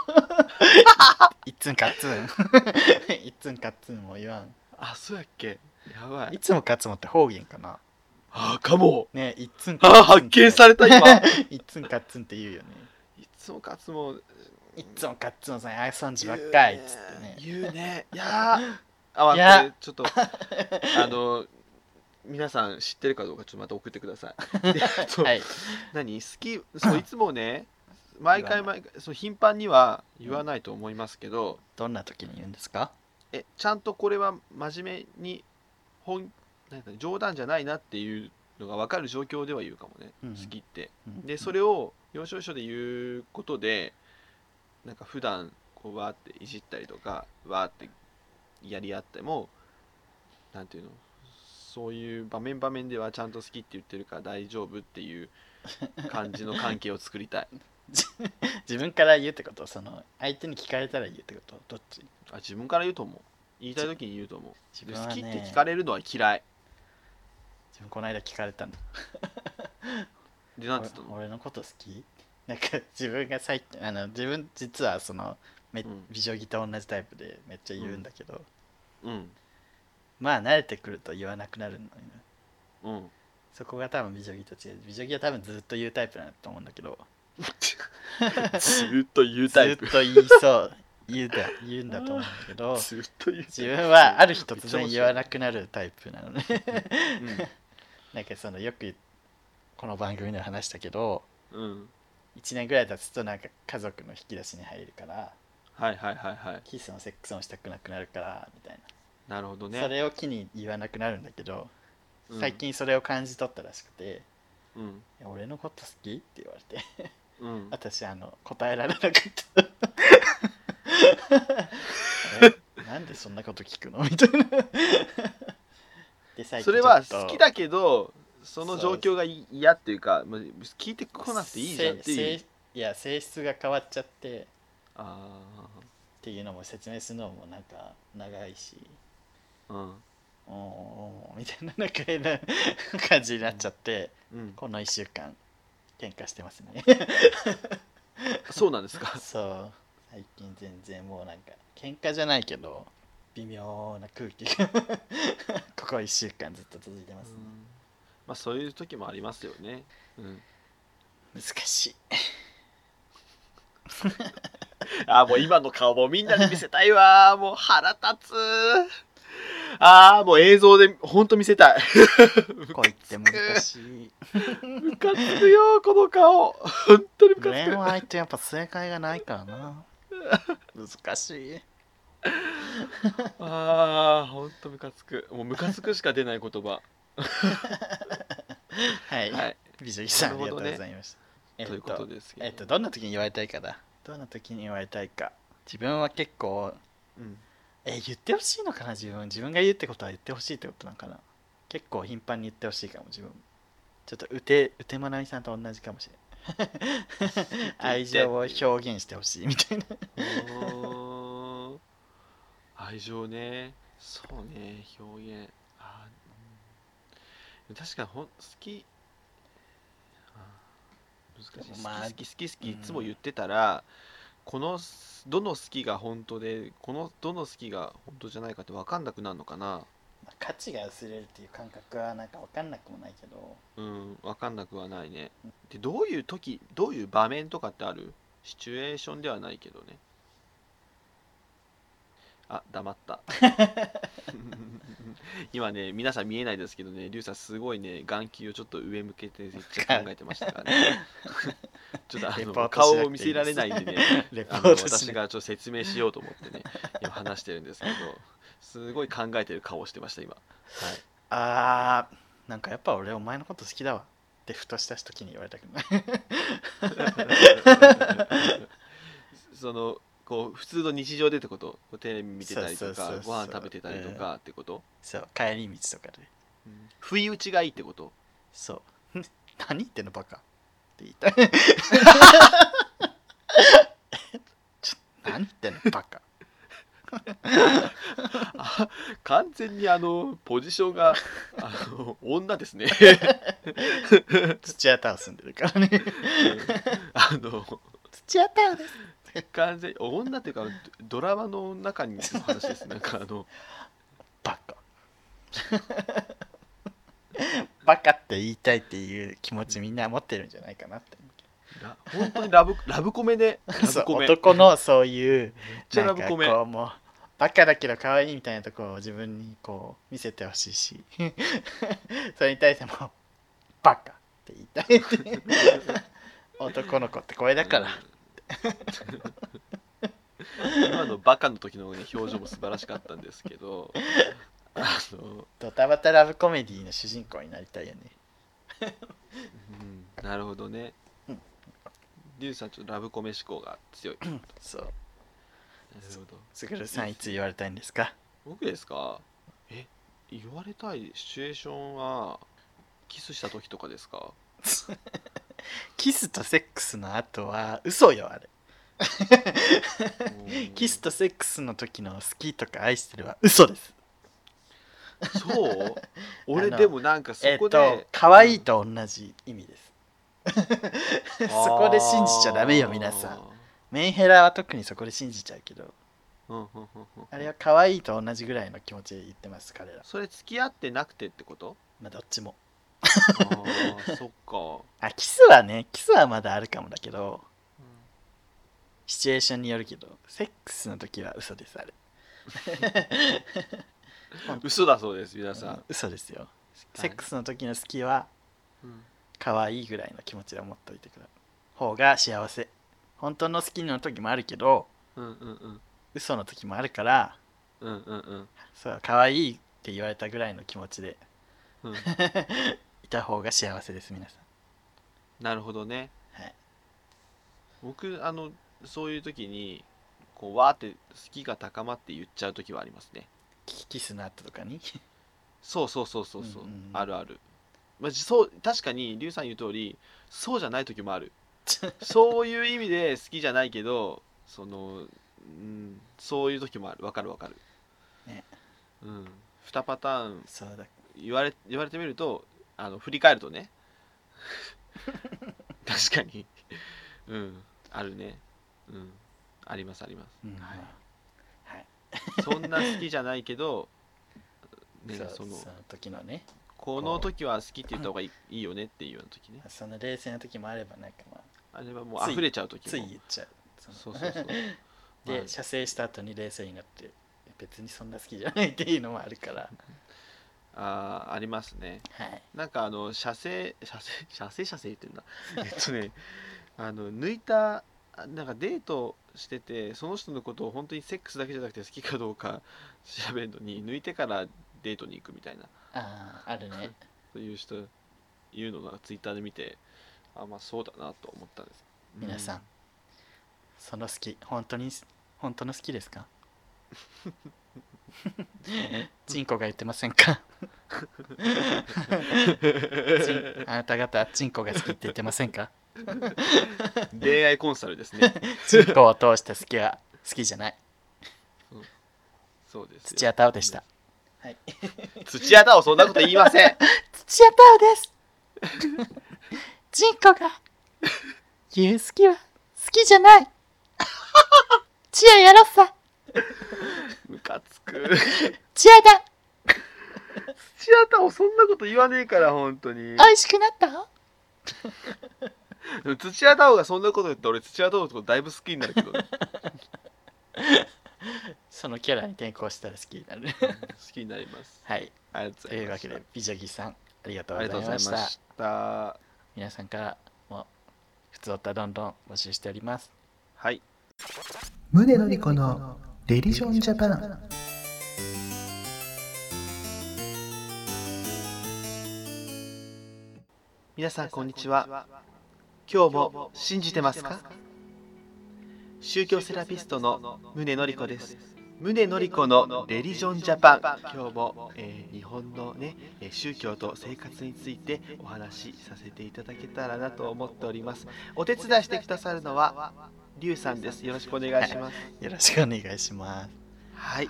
S2: いつん勝つん。いつん勝つんも言わん。
S1: あそうやっけやば
S2: い
S1: い
S2: つも勝つもって方言かな。
S1: あかも
S2: ねいつん勝つん
S1: あ発見された今
S2: いつん勝つんって言うよね。
S1: いつもかつも
S2: いつも勝つんさん、あ損じばっかいっつってね。
S1: 言うねいやーあまあ
S2: いや
S1: これち ょっとあの皆さん知ってるかどうかちょっとまた送ってくださ いであと
S2: はい。
S1: 何好きそういつも ね毎回
S2: 言わ
S1: 毎回そう頻繁には言わないと思いますけど、
S2: どんな時に言うんですか
S1: えちゃんとこれは真面目に本なんか冗談じゃないなっていうのが分かる状況では言うかもね、
S2: うん
S1: 好きって
S2: う
S1: で
S2: ん
S1: それを要所要所で言うことでなんか普段こうわーっていじったりとかわーってやり合ってもなんていうのそういう場面場面ではちゃんと好きって言ってるから大丈夫っていう感じの関係を作り たい
S2: 自分から言うってことその相手に聞かれたら言うってことどっち
S1: あ自分から言うと思う言いたい時に言うと思う、
S2: 自
S1: で
S2: 分は、
S1: 好
S2: ね、
S1: きって聞かれるのは嫌い
S2: 自分この間聞かれたの
S1: でなんつったの
S2: 俺俺のこと好きなんか自分が最近あの自分実はそのめ、
S1: うん
S2: 美女ギと同じタイプでめっちゃ言うんだけど、
S1: うん
S2: まあ慣れてくると言わなくなるのよ
S1: う
S2: ね
S1: ん
S2: そこが多分美女ギと違う美女ギは多分ずっと言うタイプなんだと思うんだけど
S1: ずーっと言う
S2: ず
S1: タ
S2: っ
S1: イプ。
S2: と言いそう言うだ言うんだと思うんだ けど
S1: ずーっと言うタイプ。
S2: 自分はある日突然言わなくなるタイプなのねなんかそのよくこの番組で話したけど
S1: うん。うん。
S2: 1年ぐらい経つとなんか家族の引き出しに入るから
S1: はいはいはいはい。
S2: キスのセックスもしたくなくなるからみたい
S1: なるほど
S2: な、
S1: ね。
S2: それを機に言わなくなるんだけど
S1: うん
S2: 最。近それを感じ取ったらしくて
S1: うん。
S2: 「いや俺のこと好き?」って言われて
S1: うん。
S2: 私あの答えられ なかったえ なんでそんなこと聞くの みたいなで最
S1: それ
S2: ちょ
S1: は
S2: っと
S1: 好きだけど、その状況がい嫌っていうか、まあ聞いてこなくていいじゃんってい
S2: せ
S1: う。
S2: せいや性質が変わっちゃって
S1: あ
S2: っていうのも説明するのもなんか長いし
S1: あ。うん。
S2: おーおーみたいななんか変な感じになっちゃって、
S1: うん、
S2: この1週間喧嘩してます ね
S1: そうなんですか
S2: そう最近全然もうなんか喧嘩じゃないけど微妙な空気が ここ1週間ずっと続いて
S1: う
S2: ますね、
S1: んまあそういう時もありますよね、うん、
S2: 難しい
S1: ああもう今の顔もみんなで見せたいわ もう腹立つああもう映像でほんと見せたい
S2: 恋って難しい
S1: ムカつくよこの顔本当にムカつ
S2: 恋
S1: く
S2: 愛ってやっぱ正解がないからな難しい
S1: ああ本当ムカつくもうムカつくしか出ない言葉
S2: はい、
S1: はい
S2: 美女木さん、
S1: なる
S2: あ
S1: ほどね
S2: りがとうございましたえっ
S1: ということですけど
S2: えっとどんな時に言われたいかだどんな時に言われたいか自分は結構
S1: うん
S2: え言ってほしいのかな自分自分が言うってことは言ってほしいってことなのかな結構頻繁に言ってほしいかも自分ちょっとうてうてまなみさんと同じかもしれない 愛情を表現してほしいみたいな
S1: うーん愛情ねそうね表現あうん確かにほん好きあ難し
S2: でも
S1: い、
S2: まあ
S1: 好き好き好き好きい
S2: うん
S1: つも言ってたら、このすどの好きが本当でこのどの好きが本当じゃないかって分かんなくなるのかな
S2: まあ価値が薄れるっていう感覚はなんか分かんなくもないけど
S1: うん分かんなくはないねでどういう時どういう場面とかってあるシチュエーションではないけどねあ黙った 今ね皆さん見えないですけどねリュウさんすごいね眼球をちょっと上向けてめっちゃ考えてましたから ねちょっとあ
S2: レポ
S1: の
S2: ートしなくて
S1: 顔
S2: いいです
S1: を見せられないんでね
S2: レポ
S1: あの
S2: ートし
S1: 私
S2: な
S1: がちょっと説明しようと思ってね今話してるんですけどすごい考えてる顔をしてました今はい
S2: あーなんかやっぱ俺お前のこと好きだわってふとした時に言われたくない
S1: そのこう普通の日常でってことこうテレビ見てたりと
S2: そうそう
S1: か
S2: そう
S1: ご飯食べてたりとかってこと、
S2: そう帰り道とかで
S1: うん不意打ちがいいってこと
S2: そう 何言ってんのバカって言いたい ちょ何言ってんのバカ
S1: あ完全にあのポジション があの女ですね
S2: 土屋太鳳住んでるからね
S1: あの
S2: 土屋太鳳です
S1: 完全に女っていうかドラマの中にの話ですなんかあの
S2: バカバカって言いたいっていう気持ちみんな持ってるんじゃないかなって思うけ
S1: ラ本当にラブラブコメでラ
S2: どそ
S1: ブ
S2: う
S1: コメ
S2: 男のそういう
S1: ちゃ
S2: な
S1: ラ
S2: ん
S1: ブ
S2: か
S1: コ
S2: こ
S1: メ
S2: うもうバカだけど可愛いみたいなところを自分にこう見せてほしいし それに対してもバカって言いたいって男の子ってこれだから
S1: うん今のバカの時の、ね、表情も素晴らしかったんですけどあの、
S2: ドタバタラブコメディの主人公になりたいよね
S1: うんなるほどね
S2: うん
S1: リュウさんちょっとラブコメ思考が強いなる
S2: そう
S1: ほど
S2: つぐるさんいつ言われたいんですか
S1: 僕ですかえ言われたいシチュエーションはキスした時とかですか
S2: キスとセックスの後は嘘よあれ
S1: うん
S2: キスとセックスの時の好きとか愛してるは嘘です
S1: そう俺
S2: あの
S1: でもなんかそ
S2: えっ
S1: ことで
S2: 可愛いと同じ意味です そこで信じちゃダメよ皆さんメンヘラは特にそこで信じちゃうけど
S1: うんうんうんうん
S2: あれは可愛いと同じぐらいの気持ちで言ってます彼ら
S1: それ付き合ってなくてってこと
S2: まあどっちも
S1: あー そっか、
S2: あキスはねキスはまだあるかもだけどシチュエーションによるけどセックスの時は嘘ですあれ
S1: 嘘だそうです皆さん、
S2: うん嘘ですよセックスの時の好きは
S1: うん
S2: 可愛いぐらいの気持ちで思っといてくれ方が幸せ本当の好きの時もあるけど
S1: うんうんうん
S2: 嘘の時もあるから
S1: うんうんうん
S2: そう可愛いって言われたぐらいの気持ちで
S1: うん
S2: いた方が幸せです皆さん
S1: なるほどね、
S2: はい
S1: 僕あのそういう時にこうわーって好きが高まって言っちゃう時はありますね
S2: キキスの後とかに
S1: そうそうそうそうそう,、
S2: うんうんうん
S1: あるある、まあ、じそう確かにリュウさん言う通りそうじゃない時もあ るそういう意味で好きじゃないけどその、うん、そういう時もあるわかるわかる、
S2: ね
S1: うん、2パターン
S2: そうだ
S1: 言われ言われてみるとあの振り返るとね 確かにうんあるねうんありますありま
S2: うん
S1: はい
S2: はい
S1: すそんな好きじゃないけど、ね、
S2: そう
S1: その
S2: その時のね
S1: この時は好きって言った方がいいいいよねっていうような時ね
S2: その冷静な時もあればなんかまあ
S1: あれはもう溢れちゃう時も
S2: つい言っちゃうその
S1: そうそうそう
S2: で、
S1: まあ
S2: 射精した後に冷静になって別にそんな好きじゃないっていうのもあ るから
S1: あーありますね
S2: はい
S1: なんかあの射精射精 射精射精言ってんだえっとねあの抜いたあなんかデートしててその人のことを本当にセックスだけじゃなくて好きかどうか 調べるのに抜いてからデートに行くみたいな
S2: あああるね
S1: そういう人いうのがツイッターで見てあまあそうだなと思ったんです
S2: 皆さん、
S1: う
S2: その好き本当に本当の好きです かチンコが言ってませ んかチンあなた方チンコが好きって言ってませんか
S1: 恋愛コンサルです ね
S2: チンコを通した好きは好きじゃない
S1: そうですよ
S2: 土屋太鳳でしたはい
S1: 土屋太鳳そんなこと言いま せん
S2: 土屋太鳳ですジンコがユウスキは好きじゃ ないチアやろっさ
S1: ムカつく
S2: チアだ
S1: 土屋太鳳そんなこと言わねえから本当に
S2: 美味しくなった
S1: でも土屋太鳳がそんなこと言ったら俺土屋太鳳のことだいぶ好きになるけどね
S2: そのキャラに転向したら好きになる
S1: 好きになります
S2: はい
S1: ありがと
S2: と
S1: うござ
S2: い
S1: いうま
S2: わ
S1: した
S2: けで美女木さんありがとう
S1: あり
S2: ご
S1: が
S2: ざ
S1: とう
S2: い
S1: ござい
S2: ま
S1: ま
S2: した
S1: した
S2: 皆さんからも普通たどんどん募集しております
S1: はい
S3: 宗典子のデリションジャパン
S1: 皆さんこんにちは今日も信じてますか宗教セラピストの宗典子です宗典子のレリジョンジャパン今日も、えー日本のねえー宗教と生活についてお話しさせていただけたらなと思っておりますお手伝いしてくださるのはリュウさんですよろしくお願いします
S2: よろしくお願いします
S1: はい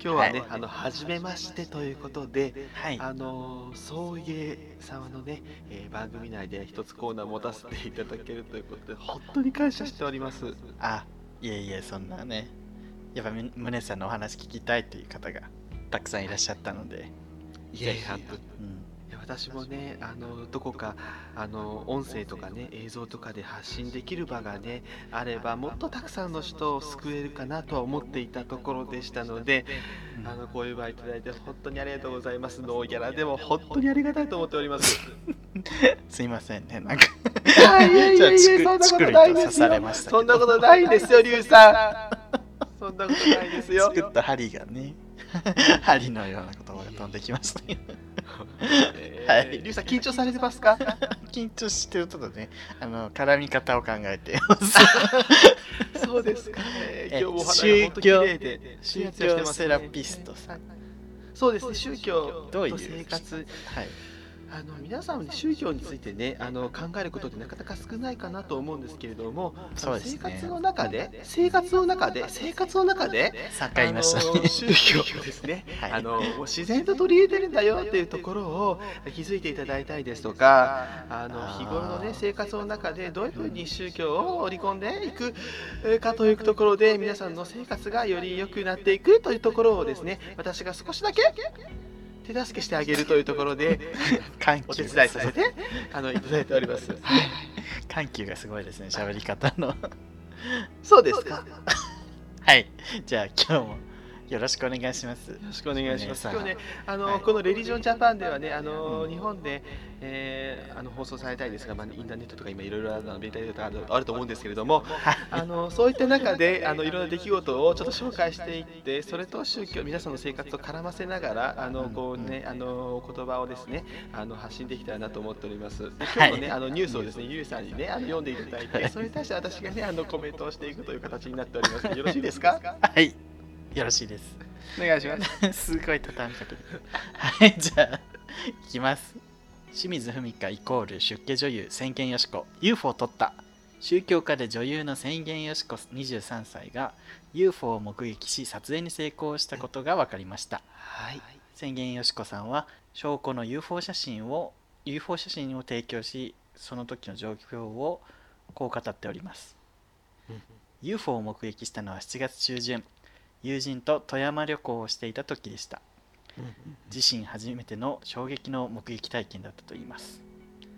S1: 今日はね、
S2: はい
S1: あの初めましてということで
S2: はい
S1: あのー、送迎様のね、えー番組内で一つコーナー持たせていただけるということで本当に感謝しております
S2: あいえいえそんなねやっぱみ宗さんのお話聞きたいという方がたくさんいらっしゃったので、
S1: いやいや
S2: ぜひうん、
S1: いや私もねあのどこかあの音声とかね映像とかで発信できる場がねあればもっとたくさんの人を救えるかなとは思っていたところでしたので
S2: うん
S1: あのこういう場合いただいて本当にありがとうございますノーギャラでも本当にありがたいと思っております
S2: すいませんねなんか
S1: いやいやいやいや
S2: ちょっと
S1: そんなこと
S2: チクリ
S1: ないで
S2: と
S1: すよ
S2: 刺されました
S1: そんな
S2: と
S1: ことないですよリュウさん そんなことないですよ
S2: 作った針がね 針のような言葉が飛んできましたね
S1: え
S2: は
S1: ー
S2: い
S1: リュウさん緊張されてますか
S2: 緊張してるとだねあの絡み方を考えて
S1: そうですかね今
S2: え
S1: 日お花が
S2: 宗
S1: 本当綺
S2: 教
S1: 麗でツ
S2: 宗
S1: ヤツヤして
S2: 教
S1: ます
S2: セ
S1: ね
S2: ラピストさん
S1: そうですね宗教
S2: ど
S1: と
S2: ういう
S1: 生活
S2: はい
S1: あの皆さんに宗教についてねあの考えることってなかなか少ないかなと思うんですけれども、あ
S2: そう
S1: の
S2: です
S1: 生
S2: ね
S1: 活の中で生活の中で生活の中で
S2: 3回言いました
S1: あ の
S2: ね
S1: 宗教ですね、
S2: はい
S1: あのもう自然と取り入れてるんだよっていうところを気づいていただいたりですとかあの
S2: あー
S1: 日頃の、ね、生活の中でどういうふうに宗教を織り込んでいくえーかというところで皆さんの生活がより良くなっていくというところをですね私が少しだけ手助けしてあげるというところ で
S2: 緩
S1: お
S2: 急
S1: 手
S2: が
S1: 伝いさせてあのいただいております。はい
S2: 緩急がすごいですね喋り方の
S1: そうですか。よ
S2: はいじゃあ今日もよろしくお願いします
S1: ろしくお願いします。
S2: お
S1: 今日
S2: 姉さ
S1: ね、
S2: ん
S1: あの、
S2: はい
S1: このレリジョンジャパンではね、あの、
S2: うん
S1: 日本で、えーあの放送されたいですが、まあ、インターネットとか今いろいろあの媒体とかあるあると思うんですけれども、あのそういった中であのいろんな出来事をちょっと紹介していってそれと宗教皆さんの生活と絡ませながらあのこうねあの言葉をですねあの発信できたらなと思っておりますで今日のねあのニュースをですねゆうさんにねあの読んでいただいてそれに対して私がねあのコメントをしていくという形になっておりますよろしいですか
S2: はいよろしいです
S1: お願いします
S2: すごい畳みかけてはいじゃあいきます清水文香イコール出家女優千言よしこ UFO を撮った宗教家で女優の千言よしこ23歳が UFO を目撃し撮影に成功したことが分かりました
S1: はい
S2: 宣言よしこさんは証拠の UFO 写真を UFO 写真を提供しその時の状況をこう語っております、
S1: うん
S2: UFO を目撃したのは7月中旬友人と富山旅行をしていた時でした自身初めての衝撃の目撃体験だったといいます、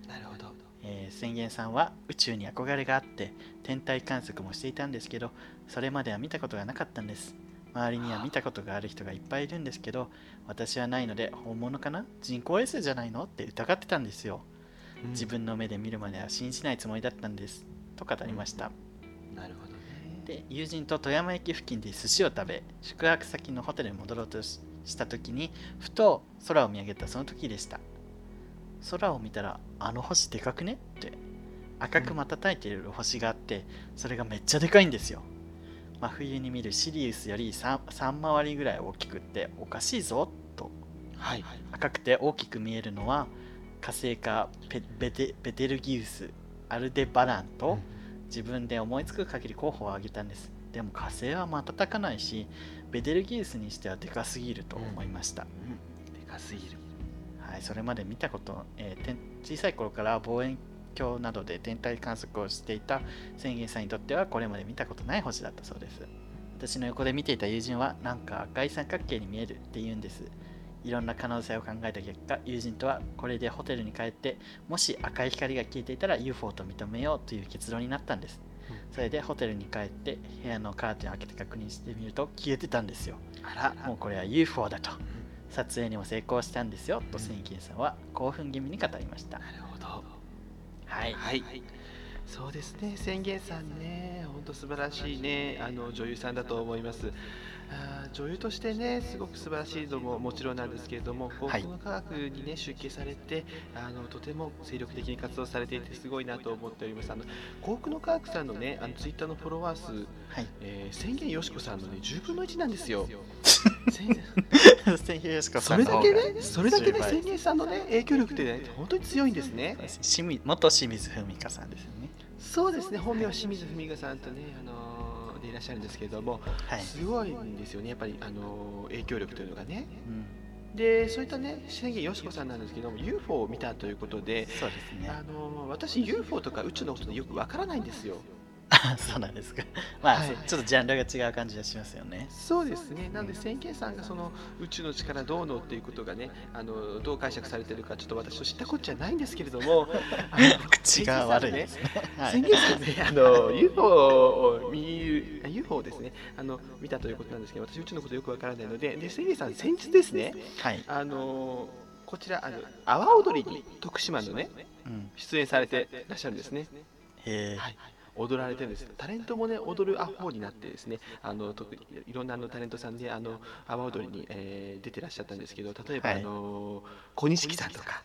S1: なるほど
S2: えー宣言さんは宇宙に憧れがあって天体観測もしていたんですけどそれまでは見たことがなかったんです周りには見たことがある人がいっぱいいるんですけど私はないので本物かな人工衛星じゃないのって疑ってたんですよ自分の目で見るまでは信じないつもりだったんですと語りました
S1: なるほどね
S2: で友人と富山駅付近で寿司を食べ宿泊先のホテルに戻ろうとしした時にふと空を見上げたその時でした空を見たらあの星でかくねって赤く瞬いている星があってそれがめっちゃでかいんですよ真冬に見るシリウスより 3, 3回りぐらい大きくっておかしいぞと
S1: はい
S2: 赤くて大きく見えるのは火星かペベテベテルギウスアルデバランと自分で思いつく限り候補を挙げたんですでも火星は瞬かないしベテルギウスにしてはでかすぎると思いました、
S1: でかすぎる
S2: はい、それまで見たこと、えー天小さい頃から望遠鏡などで天体観測をしていた千元さんにとってはこれまで見たことない星だったそうです私の横で見ていた友人はなんか赤い三角形に見えるって言うんですいろんな可能性を考えた結果友人とはこれでホテルに帰ってもし赤い光が消えていたら UFO と認めようという結論になったんです
S1: う
S2: それでホテルに帰って部屋のカーテンを開けて確認してみると消えてたんですよ
S1: あら
S2: もうこれは UFO だと
S1: うん
S2: 撮影にも成功したんですよと千金さんは興奮気味に語りました
S1: なるほど
S2: はい
S1: はい、そうですね宣言さんね本当素晴らしいねあの女優さんだと思いますあー女優としてねすごく素晴らしいのももちろんなんですけれども航
S2: はい
S1: 空科学にね出家されてあのとても精力的に活動されていてすごいなと思っておりますあの航空の科学さんのねあのツイッターのフォロワー数、
S2: はい
S1: えー宣言よしこさんのね10分の1なん ですよ宣
S2: 千金よしこ
S1: そ
S2: さん
S1: れ
S2: の方
S1: だ
S2: が
S1: けねそれだけね
S2: 10倍
S1: 宣言さんのね影響力ってね本当に強いんですね
S2: 清水元清水文香さんですよね
S1: そうですね、本名は清水文香さんとね、あのーでいらっしゃるんですけれども、
S2: はい、
S1: すごいんですよね、やっぱり、あのー影響力というのがね。
S2: うん、
S1: で、そういったね、千言よしこさんなんですけども、UFO を見たということで、
S2: そうですね
S1: あのー私、UFO とか宇宙のことでよくわからないんですよ。
S2: あ そうなんですかまあ、
S1: はい
S2: ちょっとジャンルが違う感じがしますよね
S1: そうですね、なんで、千景さんがその宇宙の力どうのっていうことがね、あのーどう解釈されてるか、ちょっと私と知ったこっちゃないんですけれど も、あの
S2: 口が悪いですねは
S1: 宣
S2: い
S1: 言さんね、あの UFO を見るあ UFO をですねあの見たということなんですけど、私、うちのことよくわからないので、で宣言さん、先日ですね、
S2: はい、
S1: あのこちら、あの阿波踊りに徳島のね、
S2: うん、
S1: 出演されてらっしゃるんですね、
S2: へえ
S1: はい踊られてるんです、タレントもね、踊るアホになってですね、あの特にいろんなあのタレントさんで、あの阿波踊りに、えー出てらっしゃったんですけど、例えば、
S2: はい
S1: あの小錦さんとか、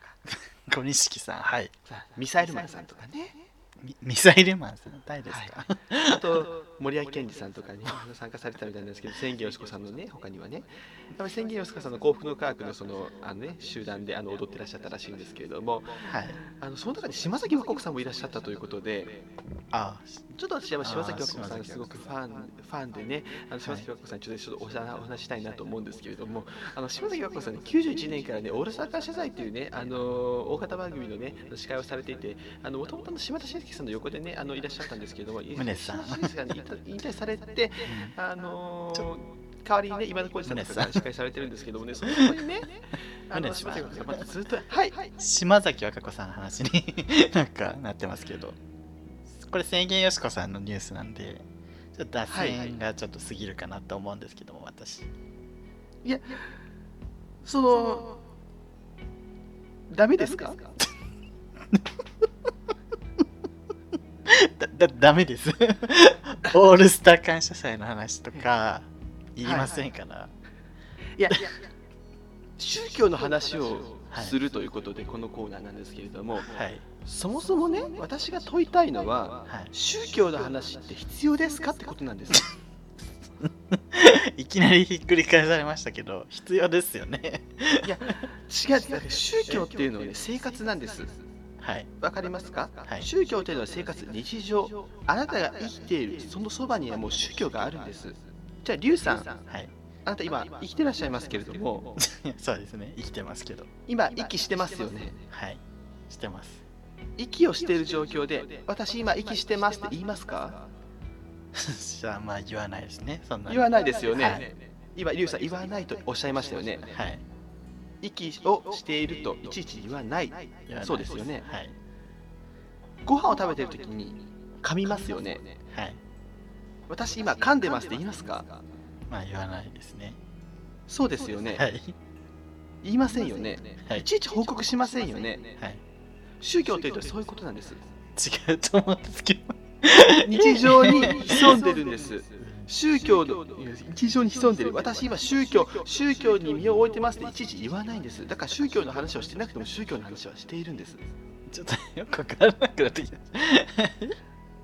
S2: 小錦さんはい
S1: さミサイルマンさんとかね。
S2: ミミサイルマンさん誰ですか、
S1: あと森脇健児さんとかに あの参加されたみたいなんですけど千言よしこさんのね他にはねやっぱり千言よしこさんの幸福の科学のそのあの、ね、集団であの踊ってらっしゃったらしいんですけれども
S2: はい
S1: あのその中に島崎和歌子さんもいらっしゃったということで
S2: あ
S1: ちょっと私は島崎和歌子
S2: あー島崎
S1: さんがす
S2: 和歌子
S1: ごくファンファンでねあの島崎和歌子さんにちょっとちょっとお話お話ししたいなと思うんですけれどもあの島崎和歌子さんね91年からね「オールサーカー謝罪」というねあの大型番組のね司会をされていてもともとの島田紳介さんの横でねあのいらっしゃったんですけれども
S2: 宗さん
S1: 島田紳介さんね引退引退されて
S2: うん
S1: あの
S2: ち
S1: ー代わりにね、今田耕司さんとかが司会されてるんですけどもね、その横にね、あの
S2: 宗さ
S1: 島
S2: ん
S1: 崎和歌子さん、またずっと、はい、
S2: 島崎和歌子さんの話に なんかなってますけどこれ千言よしこさんのニュースなんでちょっと脱線がちょっと過ぎるかなと思うんですけども私
S1: その、ダメですか
S2: だだダメです オールスター感謝祭の話とか言いませんから、
S1: いや、宗教の話をするということで、このコーナーなんですけれども、
S2: はい
S1: そもそもね、私が問いたいのは、
S2: はい
S1: 宗教の話って必要ですかってことなんです。
S2: いきなりひっくり返されましたけど必要ですよね
S1: いや、違う、だって宗教っていうのはね、生活なんです。
S2: はい
S1: わかりますか、
S2: はい
S1: 宗教というのは生活、日常、あなたが生きているそのそばにはもう宗教があるんです。じゃあ、龍さん、あ
S2: はい
S1: なた今生きてらっしゃいますけれども、
S2: いやそうですね生きてますけど
S1: 今息してますよね。
S2: はいしてます
S1: 息をしている状況で、私今息してますって言いますか
S2: じゃあまあ言わないですねそんな
S1: 言わないですよね。
S2: はい
S1: 今、龍さん言わないとおっしゃいましたよね。
S2: はい
S1: 息をしているといちいち言わない。
S2: 言わない
S1: そうですよね。
S2: はい
S1: ご飯を食べてるときに噛みますよね。
S2: はい
S1: 私今噛んでますって言いますか
S2: まあ言わないですね
S1: そうですよ
S2: は
S1: ね。
S2: い
S1: 言いませんよね。
S2: はい
S1: いちいち報告しませんよね。
S2: はい
S1: 宗教というとそういうことなんです。
S2: 違うと思うんですけど
S1: 日常に潜んでるん です。宗教の日常に潜んでる。私今宗教、宗教に身を置いてますっていちいち言わないんです。だから宗教の話をしてなくても宗教の話はしているんです。
S2: ちょっとよくわからなくなってきた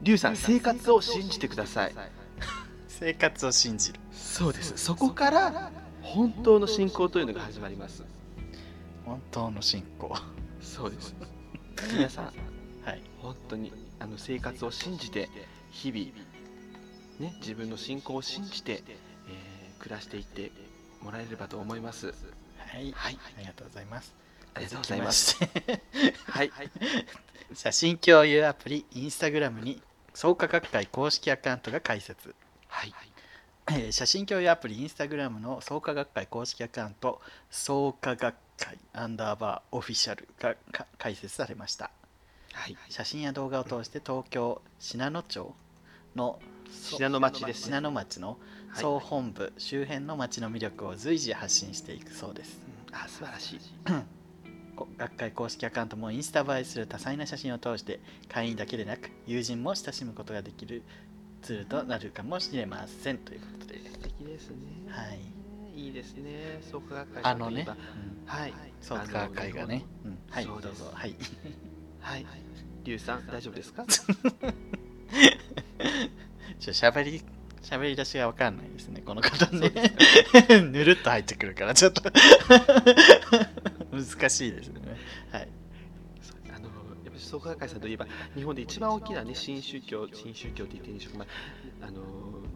S1: リュウさん、生活を信じてください。
S2: 生活を信じる
S1: そうです。そこから本当の信仰というのが始まります。
S2: 本当の信仰は
S1: そうです。皆さん、
S2: い
S1: 本当にあの生活を信じて日々ね、自分の信仰を信じて、えー暮らしていってもらえればと思います
S2: はい、
S1: はい
S2: ありがとうございます。
S1: ありがとうございます
S2: 続きまして。
S1: はい、
S2: 写真共有アプリインスタグラムに創価学会公式アカウントが開設、
S1: はい、
S2: えー写真共有アプリインスタグラムの創価学会公式アカウント創価学会アンダーバーオフィシャルがか開設されました
S1: はい、
S2: 写真や動画を通して東京信濃町の
S1: 信濃町です
S2: 信濃町の
S1: はい
S2: 総本部周辺の町の魅力を随時発信していくそうです
S1: うんあ素晴らしい
S2: こ学会公式アカウントもインスタ映えする多彩な写真を通して会員だけでなく友人も親しむことができるツールとなるかもしれませんということで、
S1: 素敵ですね
S2: はい
S1: いいですね創価学会
S2: あのね
S1: さんといえ
S2: うん、
S1: ばはい
S2: そう
S1: あの
S2: 学会がね、うん、はいど
S1: そう
S2: う
S1: です
S2: ぞはい
S1: はい龍さん大丈夫ですか
S2: ちょしゃべりしゃべり出しがわかんないですねこの方ね ぬるっと入ってくるからちょっと難しいですねはい
S1: そうあのやっぱり創価学会さんといえば日本で一番大きなね新宗教新宗教って言っていいんでしょうかまああの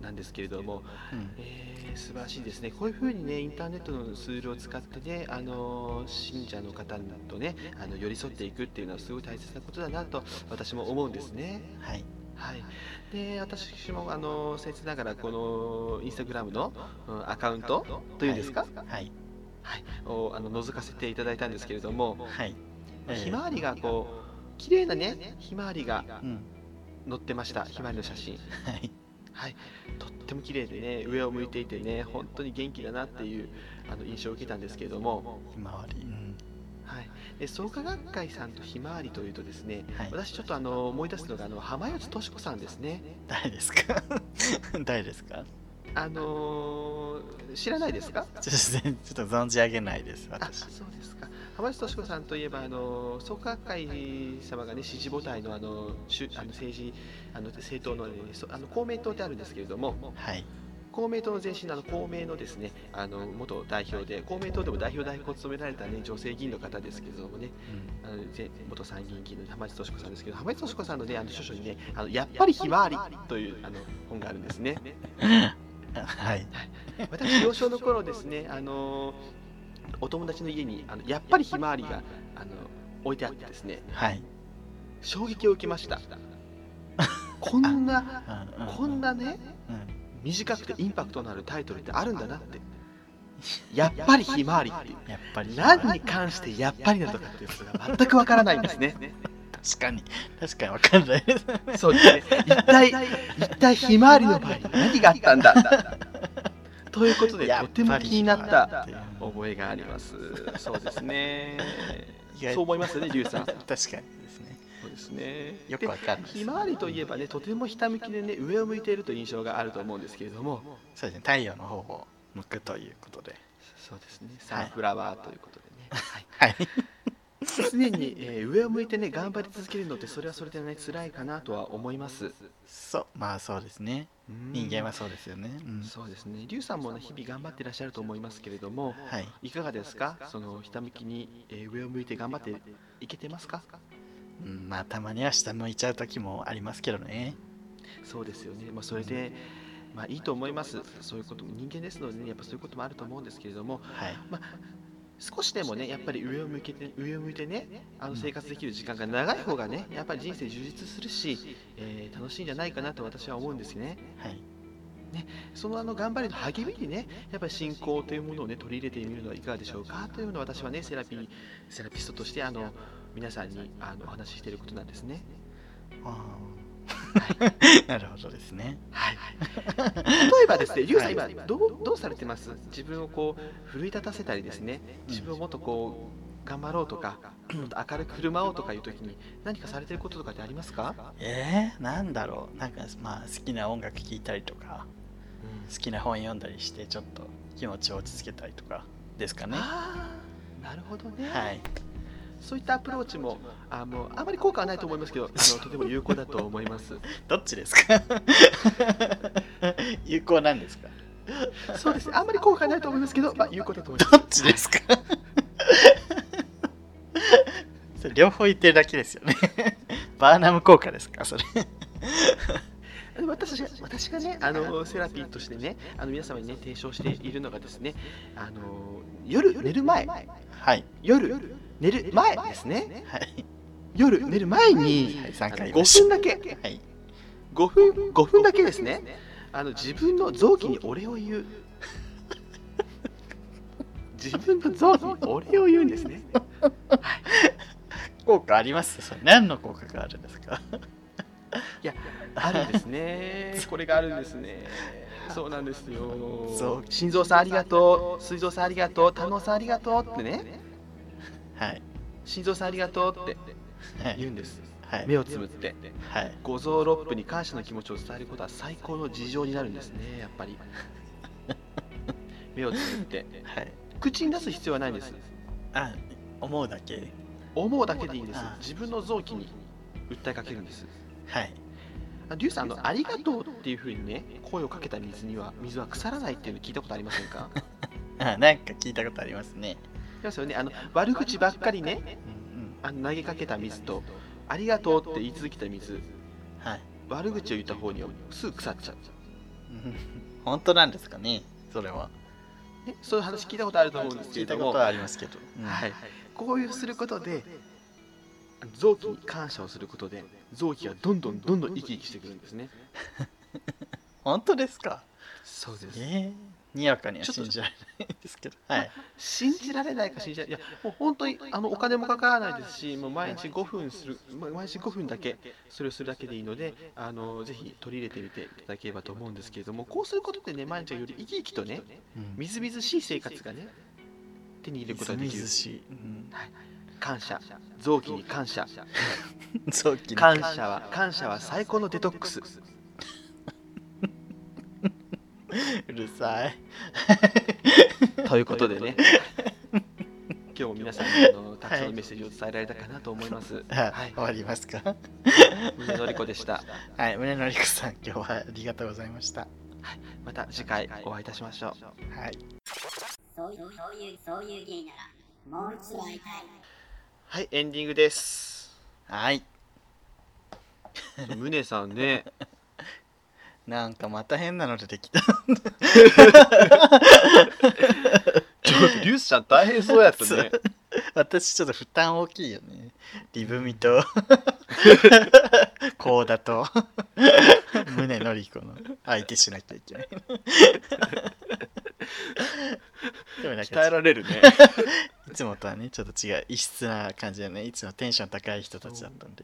S1: なんですけれども
S2: うん
S1: えー素晴らしいですね、こういうふうにね、インターネットのツールを使ってね、あのー信者の方とね、あの寄り添っていくっていうのは、すごい大切なことだなと私も思うんですね。
S2: はい
S1: はい、で、私も、あのー、せつながら、このインスタグラムの、うんアカウントというんですか、
S2: はい
S1: はい、をあの覗かせていただいたんですけれども、
S2: はいえー
S1: ひまわりがこう、綺麗なね、ひまわりが
S2: うん
S1: 載ってました、ひまわりの写真。
S2: はい
S1: はい、とっても綺麗でね上を向いていてね本当に元気だなっていうあの印象を受けたんですけれども、
S2: ひまわり、うん
S1: はい、で創価学会さんとひまわりというとですね
S2: はい、
S1: 私ちょっとあの思い出すのがあの浜吉敏子さんですね
S2: 誰ですか 誰ですか
S1: あのー知らないですか
S2: ちょっと全ちょっと存じ上げないです、
S1: あ
S2: 私。
S1: そうですか浜吉敏子さんといえばあの創価学会様がね支持母体のあのしゅあの政治あの政党の,、ね、そあの公明党ってあるんですけれども
S2: はい。
S1: 公明党の前身のあの公明のですねあの元代表で公明党でも代表代行を務められた、ね、女性議員の方ですけれどもね
S2: うん
S1: あの前元参議院議員の浜地敏子さんですけど浜地敏子さんの,、ね、あの著書にねあの「やっぱりひまわり」というあの本があるんですね
S2: はい。
S1: 私幼少の頃ですねあのお友達の家にあのやっぱりひまわりがあの置いてあってですね
S2: はい。
S1: 衝撃を受けましたこんな
S2: うんうん
S1: こんなね
S2: うん
S1: 短くてインパクトのあるタイトルってあるんだなってやっぱりひまわりっていう
S2: やっぱり。
S1: 何に関してやっぱりなのかっていうのが全くわからないんですね。
S2: 確かに。確かにわかんないです。
S1: そうですね。一体、一体ひまわりの場合に何があったんだということで、
S2: やっぱ
S1: と
S2: り
S1: ても気になった
S2: っていう
S1: 覚えがあります。そうですね
S2: 意。外
S1: そう思いますよね、リュウさん。そ
S2: 確かにですね。
S1: うですね。
S2: よくわかんない
S1: で
S2: です
S1: ひまわりといえばね、とてもひたむきでね、上を向いているという印象があると思うんですけれども、
S2: そうですね。太陽の方を向くということで。
S1: そうですね、サンフラワーということでね。はい
S2: はい。
S1: 常に、えー上を向いてね頑張り続けるのってそれはそれでね辛いかなとは思います
S2: そう、まあそうですね。人間はそうですよね。うん。
S1: そうですねリュウさんもね日々頑張ってらっしゃると思いますけれども
S2: はい。
S1: いかがですかそのひたむきに、えー上を向いて頑張っていけてますか
S2: うんまあたまには下向いちゃう時もありますけどね。
S1: そうですよねまあそれでまあいいと思いますそういうことも人間ですのでねやっぱそういうこともあると思うんですけれども
S2: はい。
S1: 少しでもねやっぱり上を向けて上を向いてねあの生活できる時間が長い方がねやっぱり人生充実するし、えー楽しいんじゃないかなと私は思うんですね
S2: はい。
S1: そのあの頑張りの励みにね、やっぱり信仰というものをね取り入れてみるのはいかがでしょうかというのを私はねセラピーセラピストとしてあの皆さんにあのお話ししていることなんですね。
S2: あー なるほどですね。
S1: はい。例えばですね、リュウさん今どうどうされてます？自分をこう奮い立たせたりですね、自分をもっとこう頑張ろうとか、もっと明るく振る舞おうとかいう時に何かされてることとかってありますか？
S2: えー、なんだろうなんかまあ好きな音楽聴いたりとか好きな本読んだりしてちょっと気持ちを落ち着けたりとかですかねは
S1: ああ、なるほどね。
S2: い
S1: そういったアプローチもあもうあまり効果はないと思いますけど、あのとても有効だと思います。
S2: どっちですか 有効なんですか
S1: そうですね。あんまり効果ないと思いますけど、まあ、有効だと思い
S2: ど
S1: ま
S2: っちですか それ両方言ってるだけですよねバーナム効果ですかそれ
S1: す。私が私がねあのセラピーとしてねあの皆様にね提唱しているのがですねあの夜寝る前
S2: はい
S1: 夜寝る前ですね
S2: はい
S1: 夜寝る前に
S2: はい3回
S1: あの5分だけ
S2: はい
S1: 5分5分だけですねあの自分の臓器にお礼を言う自分の臓器にお礼を言うんですね
S2: 効果ありますそれ何の効果があるんですか
S1: あるんですね。これがあるんですね。そうなんですよ
S2: そう。
S1: 心臓さんありがとう、膵臓さんありがとう、胆のさんありがとうってね、
S2: はい
S1: 心臓さんありがとうって
S2: はい
S1: 言うんです。
S2: はい
S1: 目をつぶって。
S2: はい
S1: 五臓六腑に感謝の気持ちを伝えることは最高の事情になるんですね、やっぱり。目をつぶって。
S2: はい
S1: 口に出す必要はないんです。
S2: あ思うだけ
S1: 思うだけでいいんです
S2: あ。
S1: 自分の臓器に訴えかけるんです。
S2: はい
S1: あリュウさんあの、ありがとうっていうふうにね、声をかけた水には、水は腐らないっていうの聞いたことありませんか
S2: あなんか聞いたことありますね
S1: いますよね、あの悪口ばっかりね、
S2: うん
S1: あの投げかけた水と、ありがとうって言い続けた水、
S2: うんはい
S1: 悪口を言った方にはすぐ腐っちゃう。
S2: うん本当なんですかねそれは
S1: ね、そういう話聞いたことあると思うんですけ
S2: 聞
S1: れ
S2: いた
S1: ど
S2: こ
S1: も、
S2: とはありますけど、うん
S1: はい、こういうすることで、あの臓器に感謝をすることで、臓器がどんどんどんどん生き生きしてくるんですね。
S2: 本当ですか
S1: そうで
S2: え。ー、にわかには
S1: ちょっと
S2: 信じられないんですけどはい
S1: 信じられないか信じられないいやもう本当にあのお金もかからないですしもう毎日5分するま毎日5分だけそれをするだけでいいのであのぜひ取り入れてみていただければと思うんですけれどもこうすることでね毎日がより生き生きとねみずみずしい生活がね手に入れることがで
S2: み
S1: きる
S2: ずしい、うん、
S1: 感謝臓器に感 謝
S2: 臓器に
S1: 感謝は感謝は最高のデトックス
S2: うるさい
S1: ということでね今日も皆さんにあのたくさんのメッセージを伝えられたかなと思います、
S2: あ
S1: はい
S2: 終わりますか
S1: 宗則子で した
S2: はい宗則子さん今日はありがとうございました
S1: また次回お会いいたしましょう
S2: はい
S4: そういうそういうそういう芸ならもう一度会いたい
S1: はい、エンディングです。
S2: はい
S1: ムネさんね、
S2: なんかまた変なの出てきた
S1: ちょっとリュウスちゃん大変そうやったね。
S2: 私ちょっと負担大きいよねリブミ とコーダと宗則子の相手しなきゃいけない でもなんか
S1: 鍛えられるね。
S2: いつもとはねちょっと違う異質な感じだねいつもテンション高い人たちだったんで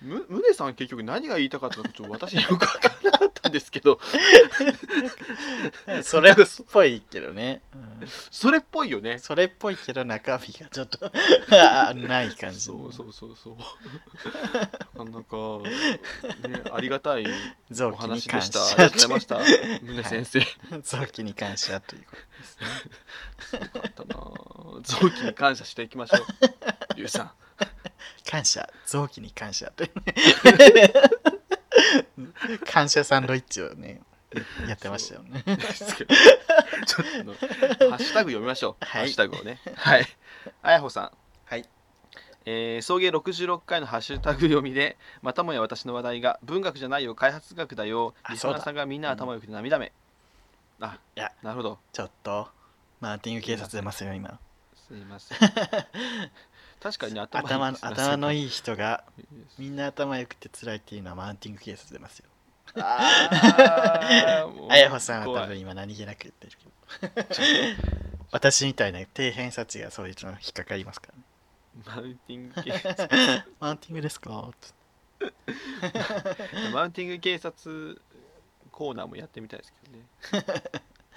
S1: ムムネさん結局何が言いたかったのかちょっと私よくわからなかったんですけど、
S2: それっぽいけどね、うん
S1: それっぽいよね。
S2: それっぽいけど中身がちょっと あない感じ
S1: そうそうそうそう。なかなか、ね、ありがたい
S2: 臓
S1: お
S2: 器に
S1: 話で
S2: 感
S1: した。
S2: 謝
S1: ありがとうございました。ムネ先生。
S2: 臓器に感謝というこ
S1: よかったなあ臓器に感謝していきましょう。リュウさん。
S2: と感謝臓器に感謝というね感謝サンドイッチをねやってましたよね
S1: ですけどちょっとあのハッシュタグ読みましょう、
S2: はい
S1: ハッシュタグをねはいあやほさん
S2: はい
S1: えー、送迎66回のハッシュタグ読みでまたもや私の話題が文学じゃないよ開発学だよ
S2: あ
S1: リスナーさんがみんな頭よくて涙目あ
S2: いや
S1: なるほど
S2: ちょっとマーティング警察出ますよ今
S1: すいませ ん確かにね頭
S2: 頭の頭の
S1: い
S2: いい人が
S1: いです
S2: みんな頭良くて辛いっていうのはマウンティング警察出ますよ。
S1: あーもう
S2: あやほさんは
S1: 怖
S2: 多
S1: い
S2: 分今何気なく言ってるけど。 私みたいな低偏差値がそういうのに引っかかりますか
S1: マウンティング警察
S2: ら、ね。マウンティングですか
S1: マウンティング警察コーナーもやってみたいですけ どね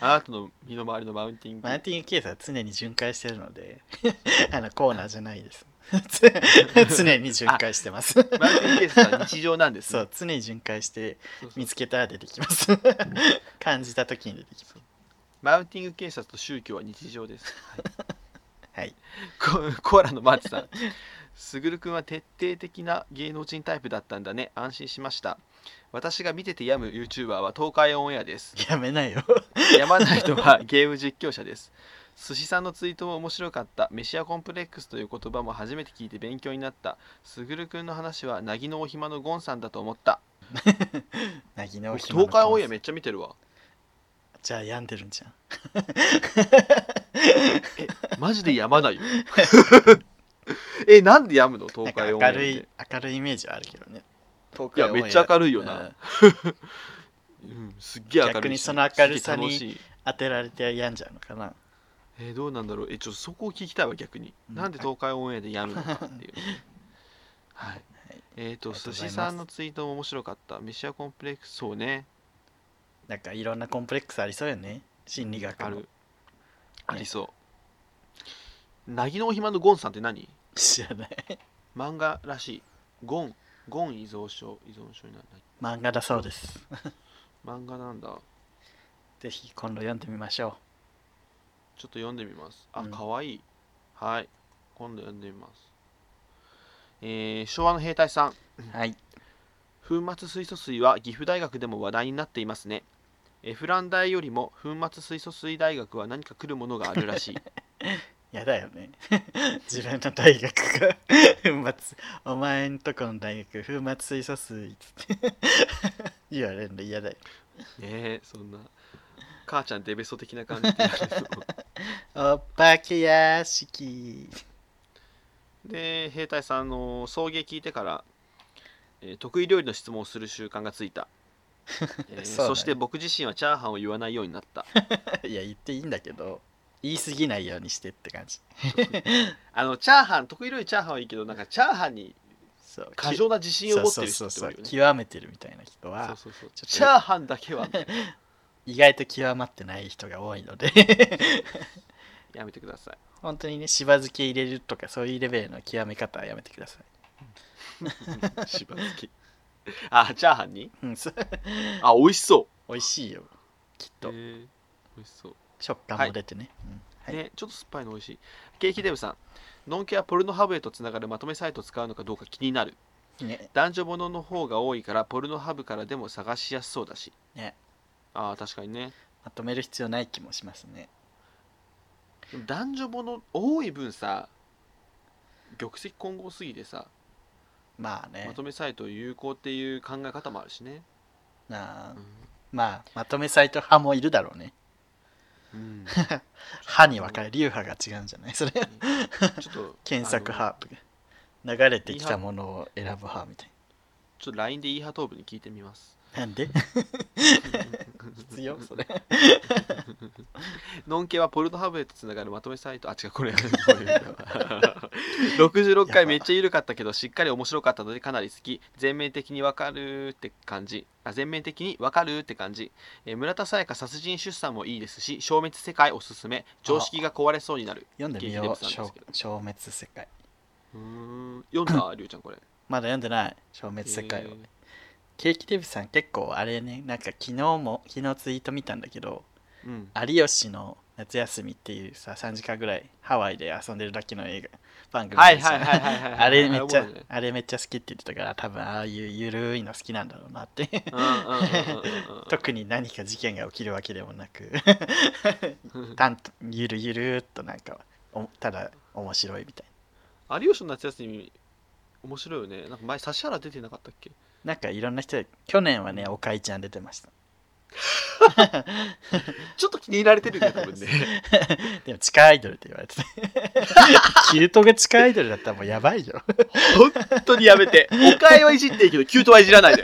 S1: あなたの身の回りのマウンティング
S2: マウンティング警察は常に巡回してるの で、あのコーナーじゃな いです。常に巡回してます。
S1: マウンティング警察は日常なんです
S2: そ
S1: ね
S2: う、常に巡回して
S1: そうそう
S2: 見つけたら出てきます。感じた時に出てきます。
S1: マウンティング警察と宗教は日常です、
S2: はい。
S1: コ コアラのマーチさんすぐるくんは徹底的な芸能人タイプだったんだね安心しました私が見てて病む YouTuber は東海オンエアです
S2: やめないよ。
S1: やまないのはゲーム実況者です。寿司さんのツイートも面白かった。メシアコンプレックスという言葉も初めて聞いて勉強になった。すぐるくんの話は、なぎのお暇のゴンさんだと思った。
S2: なぎなお
S1: 僕
S2: ひまの
S1: 東海オンエア
S2: コン
S1: めっちゃ見てるわ
S2: サじゃあ病んでるんじゃん
S1: マジでやまない よえなんでやむの
S2: な
S1: 東
S2: んか
S1: 海オンエア
S2: 明
S1: っ
S2: る
S1: て
S2: い明るいイメージはあるけどね東
S1: いやめっちゃ
S2: る
S1: 明るいよな、うん、すっげえ明るいし
S2: 逆にその明るさに
S1: すっげえ楽しい
S2: 当てられて病んじゃうのかな
S1: えーどうなんだろうえちょっとそこを聞きたいわ逆に、
S2: うん
S1: なんで東海オンエアでやるのかっていうはい
S2: はい
S1: えっ、と
S2: ありが
S1: 寿
S2: とうございま
S1: 司
S2: す
S1: さんのツイートも面白かった飯屋コンプレックスそうね
S2: なんかいろんなコンプレックスありそうよね心理学
S1: あ
S2: の
S1: るありそうなぎのお暇のゴンさんって何
S2: 知らない
S1: 漫画らしいゴンゴン依存症依存症になる
S2: 漫画だそうです
S1: 漫画なんだ
S2: ぜひ今度読んでみましょ
S1: ちょっと読んでみます。あ、
S2: うん
S1: かわいい。はい。今度読んでみます。えー昭和の兵隊さん。
S2: うはい
S1: 粉末水素水は岐阜大学でも話題になっていますね。エフラン大よりも粉末水素水大学は何か来るものがあるら しい。
S2: やだよね 自分の大学が 粉末お前んとこの大学粉末水素水つって 言われるの嫌だよ
S1: えー、そんな。母ちゃんデベソ的な感じでやる の
S2: お化け屋敷
S1: で、兵隊さんの送迎聞いてから、えー得意料理の質問をする習慣がついた。えー
S2: そうだね
S1: そして僕自身はチャーハンを言わないようになった。
S2: いや言っていいんだけど言い過ぎないようにしてって感じ
S1: あのチャーハン得意料理チャーハンはいいけどなんかチャーハンに
S2: そう
S1: 過剰な自信を持ってる人
S2: そう
S1: っ
S2: そう
S1: て多い
S2: そう
S1: よね
S2: 極めてるみたいな人
S1: そ
S2: は
S1: うそうそう
S2: ちょっと
S1: チャーハンだけは
S2: 意外と極まってない人が多いので
S1: やめてください
S2: 本当にねしば漬け入れるとかそういうレベルの極め方はやめてください
S1: しば漬けあチャーハンに
S2: うんそう
S1: あ美味しそ
S2: 美味しいよきっ
S1: う
S2: と
S1: へえ美味しそう
S2: 食感も出てね、うんはい
S1: ねちょっと酸っぱいの美味しいケーキデブさんノンケはポルノハブへとつながるまとめサイトを使うのかどうか気になる
S2: ね
S1: 男女ものの方が多いからポルノハブからでも探しやすそうだし
S2: ね
S1: あー確かにね
S2: まとめる必要ない気もしますね
S1: でも男女もの多い分さ玉石混合すぎてさ
S2: まあね
S1: まとめサイトを有効っていう考え方もあるしね。
S2: なあ
S1: うん
S2: まあまとめサイト派もいるだろうね 派に分かれ流派が違うんじゃない それ
S1: ちょっと
S2: 検索
S1: あの
S2: 派とか流れてきたものを選ぶ派みたい
S1: ちょっと LINE でイーハトーブに聞いてみます。
S2: ななんで 必要それ
S1: ノンケはポルノハブへとつながるまとめサイト。あ、違う、これ。これだわ 66回めっちゃ緩かったけど、しっかり面白かったのでかなり好き。全面的にわかるって感じ。あ、全面的にわかるって感じ。えー村田沙耶香殺人出産もいいですし、消滅世界おすすめ。常識が壊れそうになる。
S2: 読んでみよ
S1: ゲーム
S2: う
S1: デブさんです
S2: 消
S1: けど
S2: 消滅世界
S1: うーん。読ん だ、りゅうちゃん、これ。
S2: まだ読んでない消滅世界を、
S1: えー
S2: ケーキデブさん結構あれねなんか昨日も昨日ツイート見たんだけど
S1: うん。
S2: 有吉の夏休みっていうさ3時間ぐらいハワイで遊んでるだけの映画番組
S1: はい
S2: で
S1: はい
S2: さ
S1: はいはいはいはい。
S2: あれめっちゃ
S1: あれ、
S2: あれめっちゃ好きって言ってたから、多分ああいうゆるいの好きなんだろうなって。
S1: 思うよねうんうんうんうんうん
S2: 特に何か事件が起きるわけでもなく、たんとゆるゆるっとなんか、おただ面白いみたい
S1: 有吉の夏休み面白いよねなんか前指原出てなかったっけ
S2: な。なんかいろんな人で、去年はね、おかいちゃん出てました。
S1: ちょっと気に入られてるね多分ね
S2: でも地下アイドルって言われて た。キルトが地下アイドルだったらもうやばいよ。
S1: 本当にやめておかえはいじっていいけどキュートはいじらないで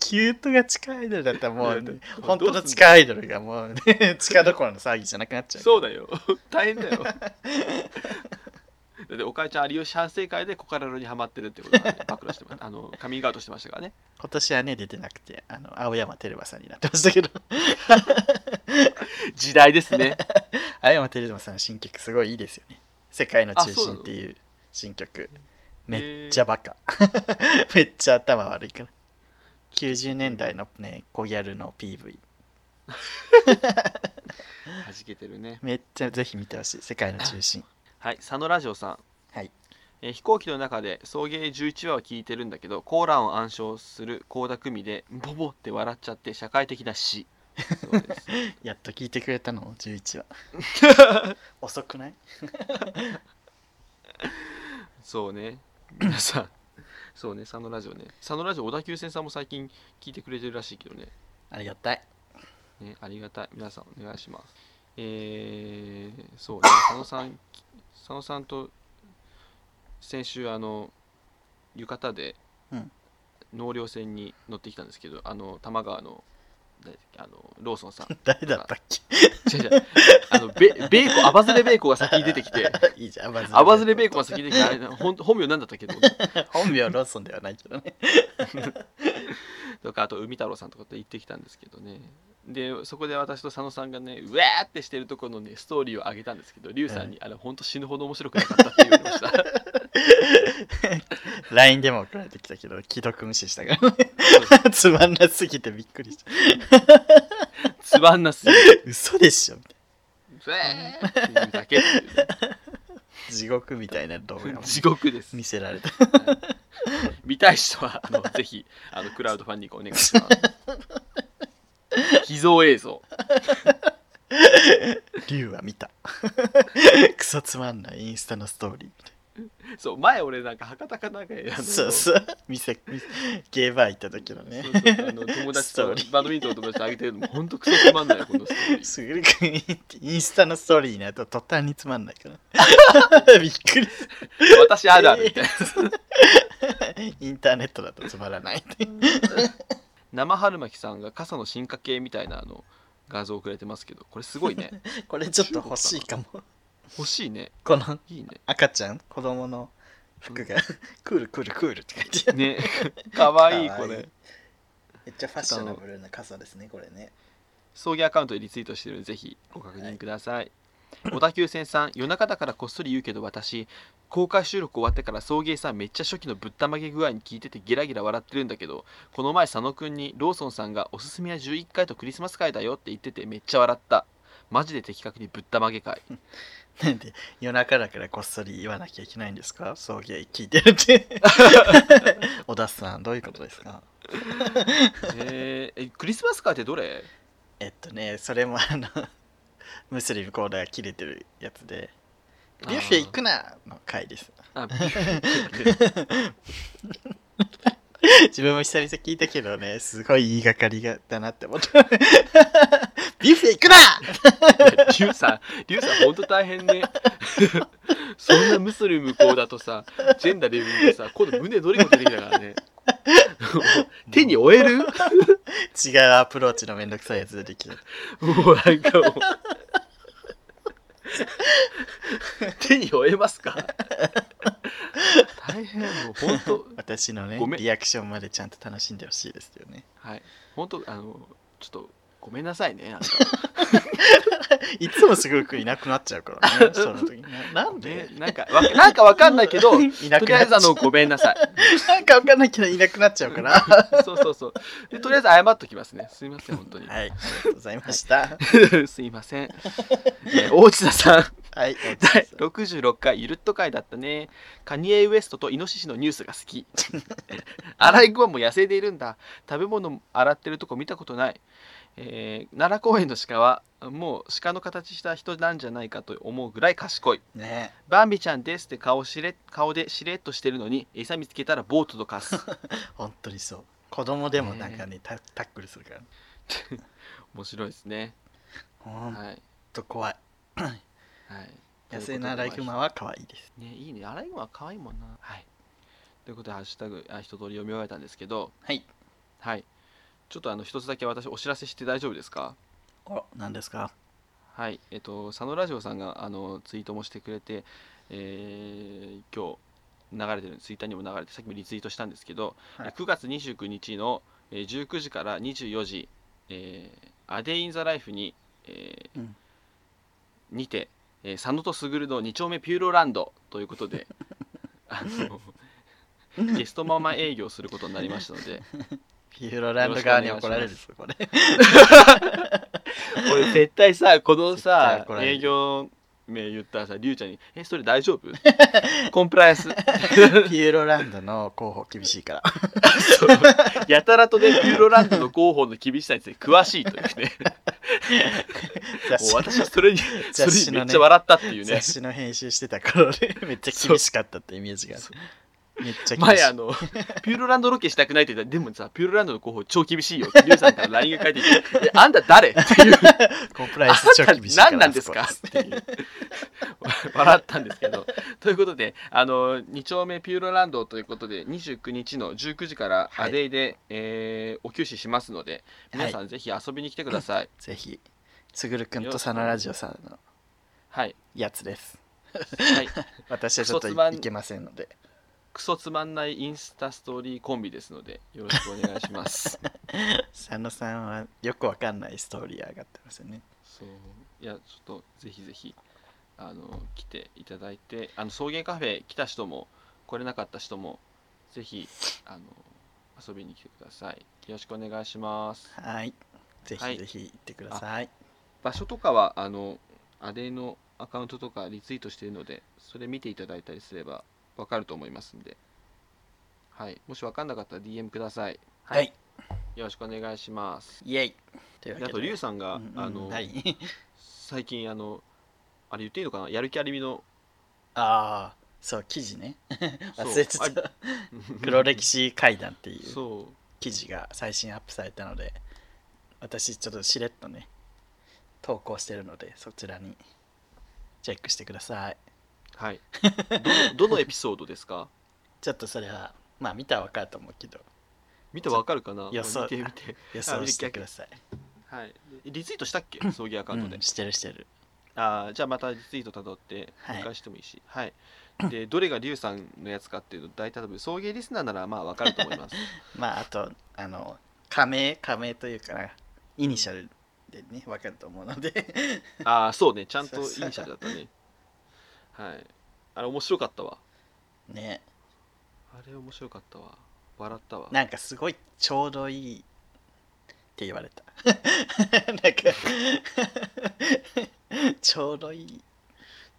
S2: キュートが地下アイドルだったらもうね、本当
S1: どうす
S2: の
S1: んの
S2: 地下アイドルがもうね、地下どころの騒ぎじゃなくなっちゃう。
S1: そうだよ大 変だよでおかえちゃん有吉反省会でコカラロにハマってるってことが、 ね、暴露してますあのカミングアウトしてましたからね
S2: 今年はね、出てなくて、あの、青山テルマさんになってましたけど。
S1: 時代ですね
S2: 青山テルマさんの新曲すごいいいですよね。世界の中心っていう新曲。めっちゃバカ。 めっちゃ頭悪いから。90年代のね、小ギャルの PV。
S1: はじけてるね
S2: めっちゃぜひ見てほしい。世界の中心。
S1: はい佐野ラジオさん
S2: はい。
S1: えー飛行機の中で送迎11話を聞いてるんだけどコーランを暗唱する倖田來未でボボって笑っちゃって社会的な死そうです
S2: やっと聞いてくれたの、11話。遅くない
S1: そうね皆さんそうね佐野ラジオね佐野ラジオ小田急線さんも最近聞いてくれてるらしいけどね
S2: ありがたい
S1: ねありがたい皆さんお願いしますえー、そうね佐野さん佐野さんと先週あの浴衣で
S2: うん
S1: 納涼船に乗ってきたんですけどあの多摩川の誰だっけあのローソンさん
S2: 誰だったっけ
S1: 違う違うあのベベーコンアバズレベーコンが先に出てき て
S2: いいじゃんアバズ
S1: アバズレベーコン
S2: コ
S1: が先に出てきてあれほん本名なんだったっけど
S2: 本名ローソンではないけ どね
S1: とかあと海太郎さんとかって行ってきたんですけどねでそこで私と佐野さんがねうわーってしてるところのねストーリーを上げたんですけど龍さんに、あれほんと死ぬほど面白くなかったって言われました
S2: LINE でも送られてきたけど既読無視したからね つまんなすぎてびっくりした
S1: つまんなすぎて
S2: 嘘でしょみたいう
S1: わーっていうだけっていうね
S2: な地獄みたいな動画を
S1: 地獄です
S2: 見せられた
S1: 見たい人 はあのぜひあのクラウドファンディングお願いします秘蔵映像
S2: 竜は見 たクソつまんないインスタのストーリーみたい
S1: そう前俺なんか博多かなんかであ
S2: な
S1: の
S2: そうそう店店ゲーバー行った時のね
S1: そうそうあの友達
S2: スト
S1: と
S2: ーリー
S1: バドミントンの友達とあげてるのもほんとクソつまんないよこのストーリー
S2: すぐにインスタのストーリーになると途端につまんないから びっくりす
S1: 私あるあるみたいな
S2: るインターネットだとつまらないって
S1: 生春巻きさんが傘の進化系みたいなあの画像をくれてますけどこれすごい ね
S2: これちょっと欲しいかも
S1: 欲しいね
S2: この
S1: いい ね
S2: 赤ちゃん子供の服がクールクールクールって書いてある
S1: ね かわいい
S2: かわ
S1: こ
S2: いい
S1: れ
S2: めっちゃファッショナブルな傘ですねこれね
S1: 葬儀アカウントでリツイートしてるのでぜひご確認ください、小田急線さん夜中だからこっそり言うけど私公開収録終わってから送迎さんめっちゃ初期のぶったまげ具合に聞いててゲラゲラ笑ってるんだけどこの前佐野くんにローソンさんがおすすめは11回とクリスマス会だよって言っててめっちゃ笑ったマジで的確にぶったまげ 会
S2: なんで夜中だからこっそり言わなきゃいけないんですか送迎聞いてる って。小田さん、どういうことですか
S1: えーえクリスマス会ってどれ
S2: えっとね、それもあの、 ムスリムコーダーが切れてるやつで、ビュッフェ行くなの回です。
S1: あビュッフェ
S2: 自分も久々聞いたけどね、すごい言いがかりがだなって思 った。ビュッフェ行くな
S1: リュウさん、リュウさん、ほんと大変ね。そんなムスリムこうだとさ、ジェンダーで言うとさ、今度胸どれこ出てきたからね。手に負える
S2: 違うアプローチのめんどくさいやつ出てきた。
S1: もうなんかもう。手に負えますか大変、もうほんと、
S2: 私のね
S1: ごめ、ん
S2: リアクションまでちゃんと楽しんでほしいですよね。
S1: はい、ほんと、あの、ちょっと、ごめんなさいね。なんか
S2: いつもすごくいなくなっちゃ うからね、その時。ななん
S1: ね
S2: で
S1: なんかわか、なんかわかんないけど、 と
S2: いなく
S1: りあ
S2: な
S1: え
S2: っち
S1: ず
S2: ゃ
S1: あ
S2: う
S1: の、 ごめんなさい。
S2: なんかわかんないけどいなくなっちゃう から。は
S1: そうそうそう。でとりあえず謝っときますね。すいません、本当に
S2: い、。ありがとうございました。
S1: すいません。えー大地田さん、
S2: はい、お疲
S1: 第
S2: れ様
S1: 66回ゆるっと回だったね。カニエ・ウエストとイノシシのニュースが好き。アライグマも野生でいるんだ。食べ物洗ってるとこ見たことない。えー奈良公園の鹿はもう鹿の形した人なんじゃないかと思うぐらい賢い。
S2: ね
S1: バンビちゃんですって顔しれ顔でしれっとしてるのに餌見つけたらボートとかす。
S2: 本当にそう。子供でもなんかね、タタックルするから。
S1: 面白いですね。
S2: ほ
S1: は
S2: ん
S1: い。はい。
S2: と怖い。野生のアライグマは可愛いです。
S1: ねいいねアライグマは可愛いもんなはいということでハッシュタグあ一通り読み終えたんですけど
S2: はい。
S1: はいちょっとあの一つだけ私お知らせして大丈夫ですか
S2: あら、何ですか
S1: はいえっと佐野ラジオさんがあのツイートもしてくれて、えー今日流れてるツイッターにも流れてさっきもリツイートしたんですけど、
S2: はい
S1: 9月29日のえー19時から24時、えーアデインザライフに、えー
S2: うん
S1: にて、えー佐野とスグルの2丁目ピューロランドということ であのゲストママ営業することになりましたので
S2: ピューロランド側に怒られるぞ、これ。
S1: 俺絶対さこの
S2: さ
S1: さ営業名言ったらさりゅうちゃんに「えそれ大丈夫 コンプライアン ス」
S2: ピューロランドの候補厳しいから。
S1: やたらとねピューロランドの広報の厳しさについて詳しいというね
S2: 雑
S1: もう
S2: 誌
S1: 私はそれにそ
S2: 雑
S1: れ
S2: 誌
S1: に
S2: の
S1: め
S2: ね
S1: っちゃ笑ったっていうね
S2: 雑誌の編集してた頃で、めっちゃ厳しかったってイメージがある。
S1: そう
S2: めっちゃ厳
S1: 前
S2: し
S1: あ
S2: い
S1: のピューロランドロケしたくないって言ったらでもさピューロランドの候補超厳しいよってリュウさんから LINE が返ってきてえあんた誰っていう
S2: コンプライアンス超厳 しい
S1: あんた何なんですか
S2: あそこはっていう
S1: 笑ったんですけど。ということで、あの2丁目ピューロランドということで、29日の19時から
S2: はい
S1: アデイで、えーお休止しますので、皆さんぜひ遊びに来てください。
S2: ぜひつぐるくんとサナラジオさんの
S1: はい。
S2: やつです
S1: はい、
S2: 私はちょっと
S1: クソつまん
S2: いいけませんので
S1: クソつまんないインスタストーリーコンビですので、よろしくお願いします。
S2: 佐野さんはよくわかんないストーリー上がってますよね
S1: そういや、ちょっとぜひぜひあの来ていただいて、あの草原カフェ来た人も来れなかった人も、ぜひあの遊びに来てください。よろしくお願いします。
S2: はいぜひぜひ行ってください
S1: 場所とかはあのアデイのアカウントとかリツイートしているのでそれ見ていただいたりすればわかると思いますんで、はい、もしわかんなかったら DM ください
S2: はい、
S1: よろしくお願いします
S2: イエイというわ
S1: で
S2: けで
S1: あとリュウさんが、
S2: うんうん
S1: あの
S2: はい
S1: 最近あのあれ言っていいのかなやる気ありみの
S2: ああそう記事ね
S1: そう
S2: 忘れてた
S1: あ
S2: 黒歴史怪談っていう
S1: そう
S2: 記事が最新アップされたので私ちょっとしれっとね投稿してるのでそちらにチェックしてください
S1: はい どのどのエピソードですか
S2: ちょっとそれはまあ見たらわかると思うけど
S1: 見てわかるかな
S2: 予想
S1: 見て見て
S2: 予想してください
S1: はいリツイートしたっけ 葬儀アカウントで、
S2: うん、してるしてる
S1: あーじゃあまたリツイートたどって
S2: はい
S1: 見返してもいいし、はい でどれがリュウさんのやつかっていうの大体多分送迎リスナーならまあわかると思います
S2: まああとあの仮名仮名というかなイニシャルでねわかると思うので
S1: ああそうねちゃんとイ
S2: そ
S1: ニ
S2: う
S1: シ
S2: そ
S1: ャ
S2: う
S1: ルだったねはいあれ面白かったわ
S2: ね
S1: あれ面白かったわ笑ったわ
S2: なんかすごいちょうどいいって言われた なんかちょうどいい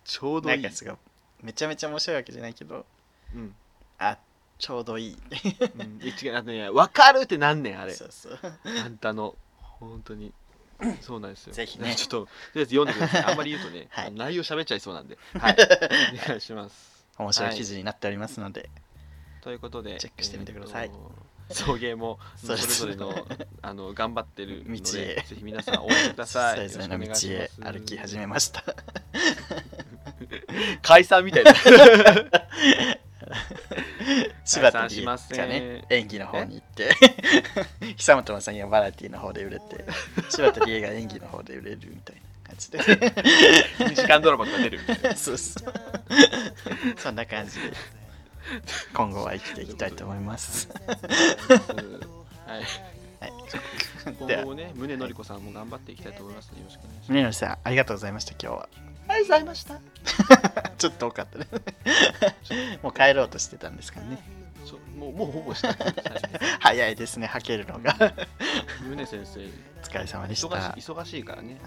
S1: ちょうど
S2: ないん
S1: い
S2: かすごいめちゃめちゃ面白いわけじゃないけど
S1: うん、
S2: あちょうどいい
S1: うん、え違うあのねわかるってなんねんあれ
S2: そうそう
S1: あんたの本当にそうなんですよ
S2: ぜひ ね
S1: ちょっととりあえず読んでくださいあんまり言うとね、
S2: はい
S1: 内容喋っちゃいそうなんではい お願いします
S2: 面白い記事になっておりますので、
S1: ということで
S2: チェックしてみてください
S1: えーと送迎もそ
S2: そ
S1: れ
S2: れぞ
S1: ぞ
S2: れ
S1: れのあの頑張ってるので
S2: 道へ
S1: ぜひ皆さん応援ください
S2: それぞれの道へ歩き始めました
S1: す解散みたいな
S2: 柴田
S1: 散
S2: 理
S1: し
S2: 恵
S1: ません
S2: がね演技の方に行って久本雅さんがバラエティの方で売れ て柴田理恵が演技の方で売れるみたいな感 じで
S1: 2時間ドラマが出るみたいな
S2: そうそうそんな感じで今後は生きていきたいと思います
S1: はい、
S2: はい
S1: 今
S2: で
S1: 後
S2: は
S1: もね、宗典子さんも頑張っていきたいと思いますので、よろしくお願いし
S2: 宗則さんありがとうございました今日は
S1: ます。ありがとうございました。
S2: ちょっと多 かったねもう帰ろうとしてたんですかね
S1: そうもうもうほぼした。はい
S2: 早いですねはけるのが
S1: 宗先生、
S2: お疲れ様でし
S1: 忙
S2: た
S1: しい忙しいからね。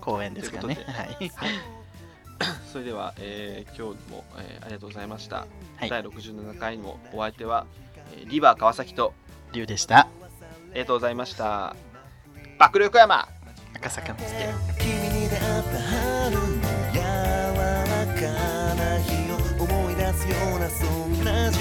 S2: 公演ですかね
S1: というこ
S2: はい、
S1: それでは、えー今日も、えーありがとうございました。
S2: は
S1: 第
S2: い、
S1: 67回もお相手は、えーリバー川崎と
S2: リュウでした
S1: ありがとうございました爆力山
S2: 赤坂見つけ
S5: 君に出会った春の柔らかな日を思い出すようなそんな瞬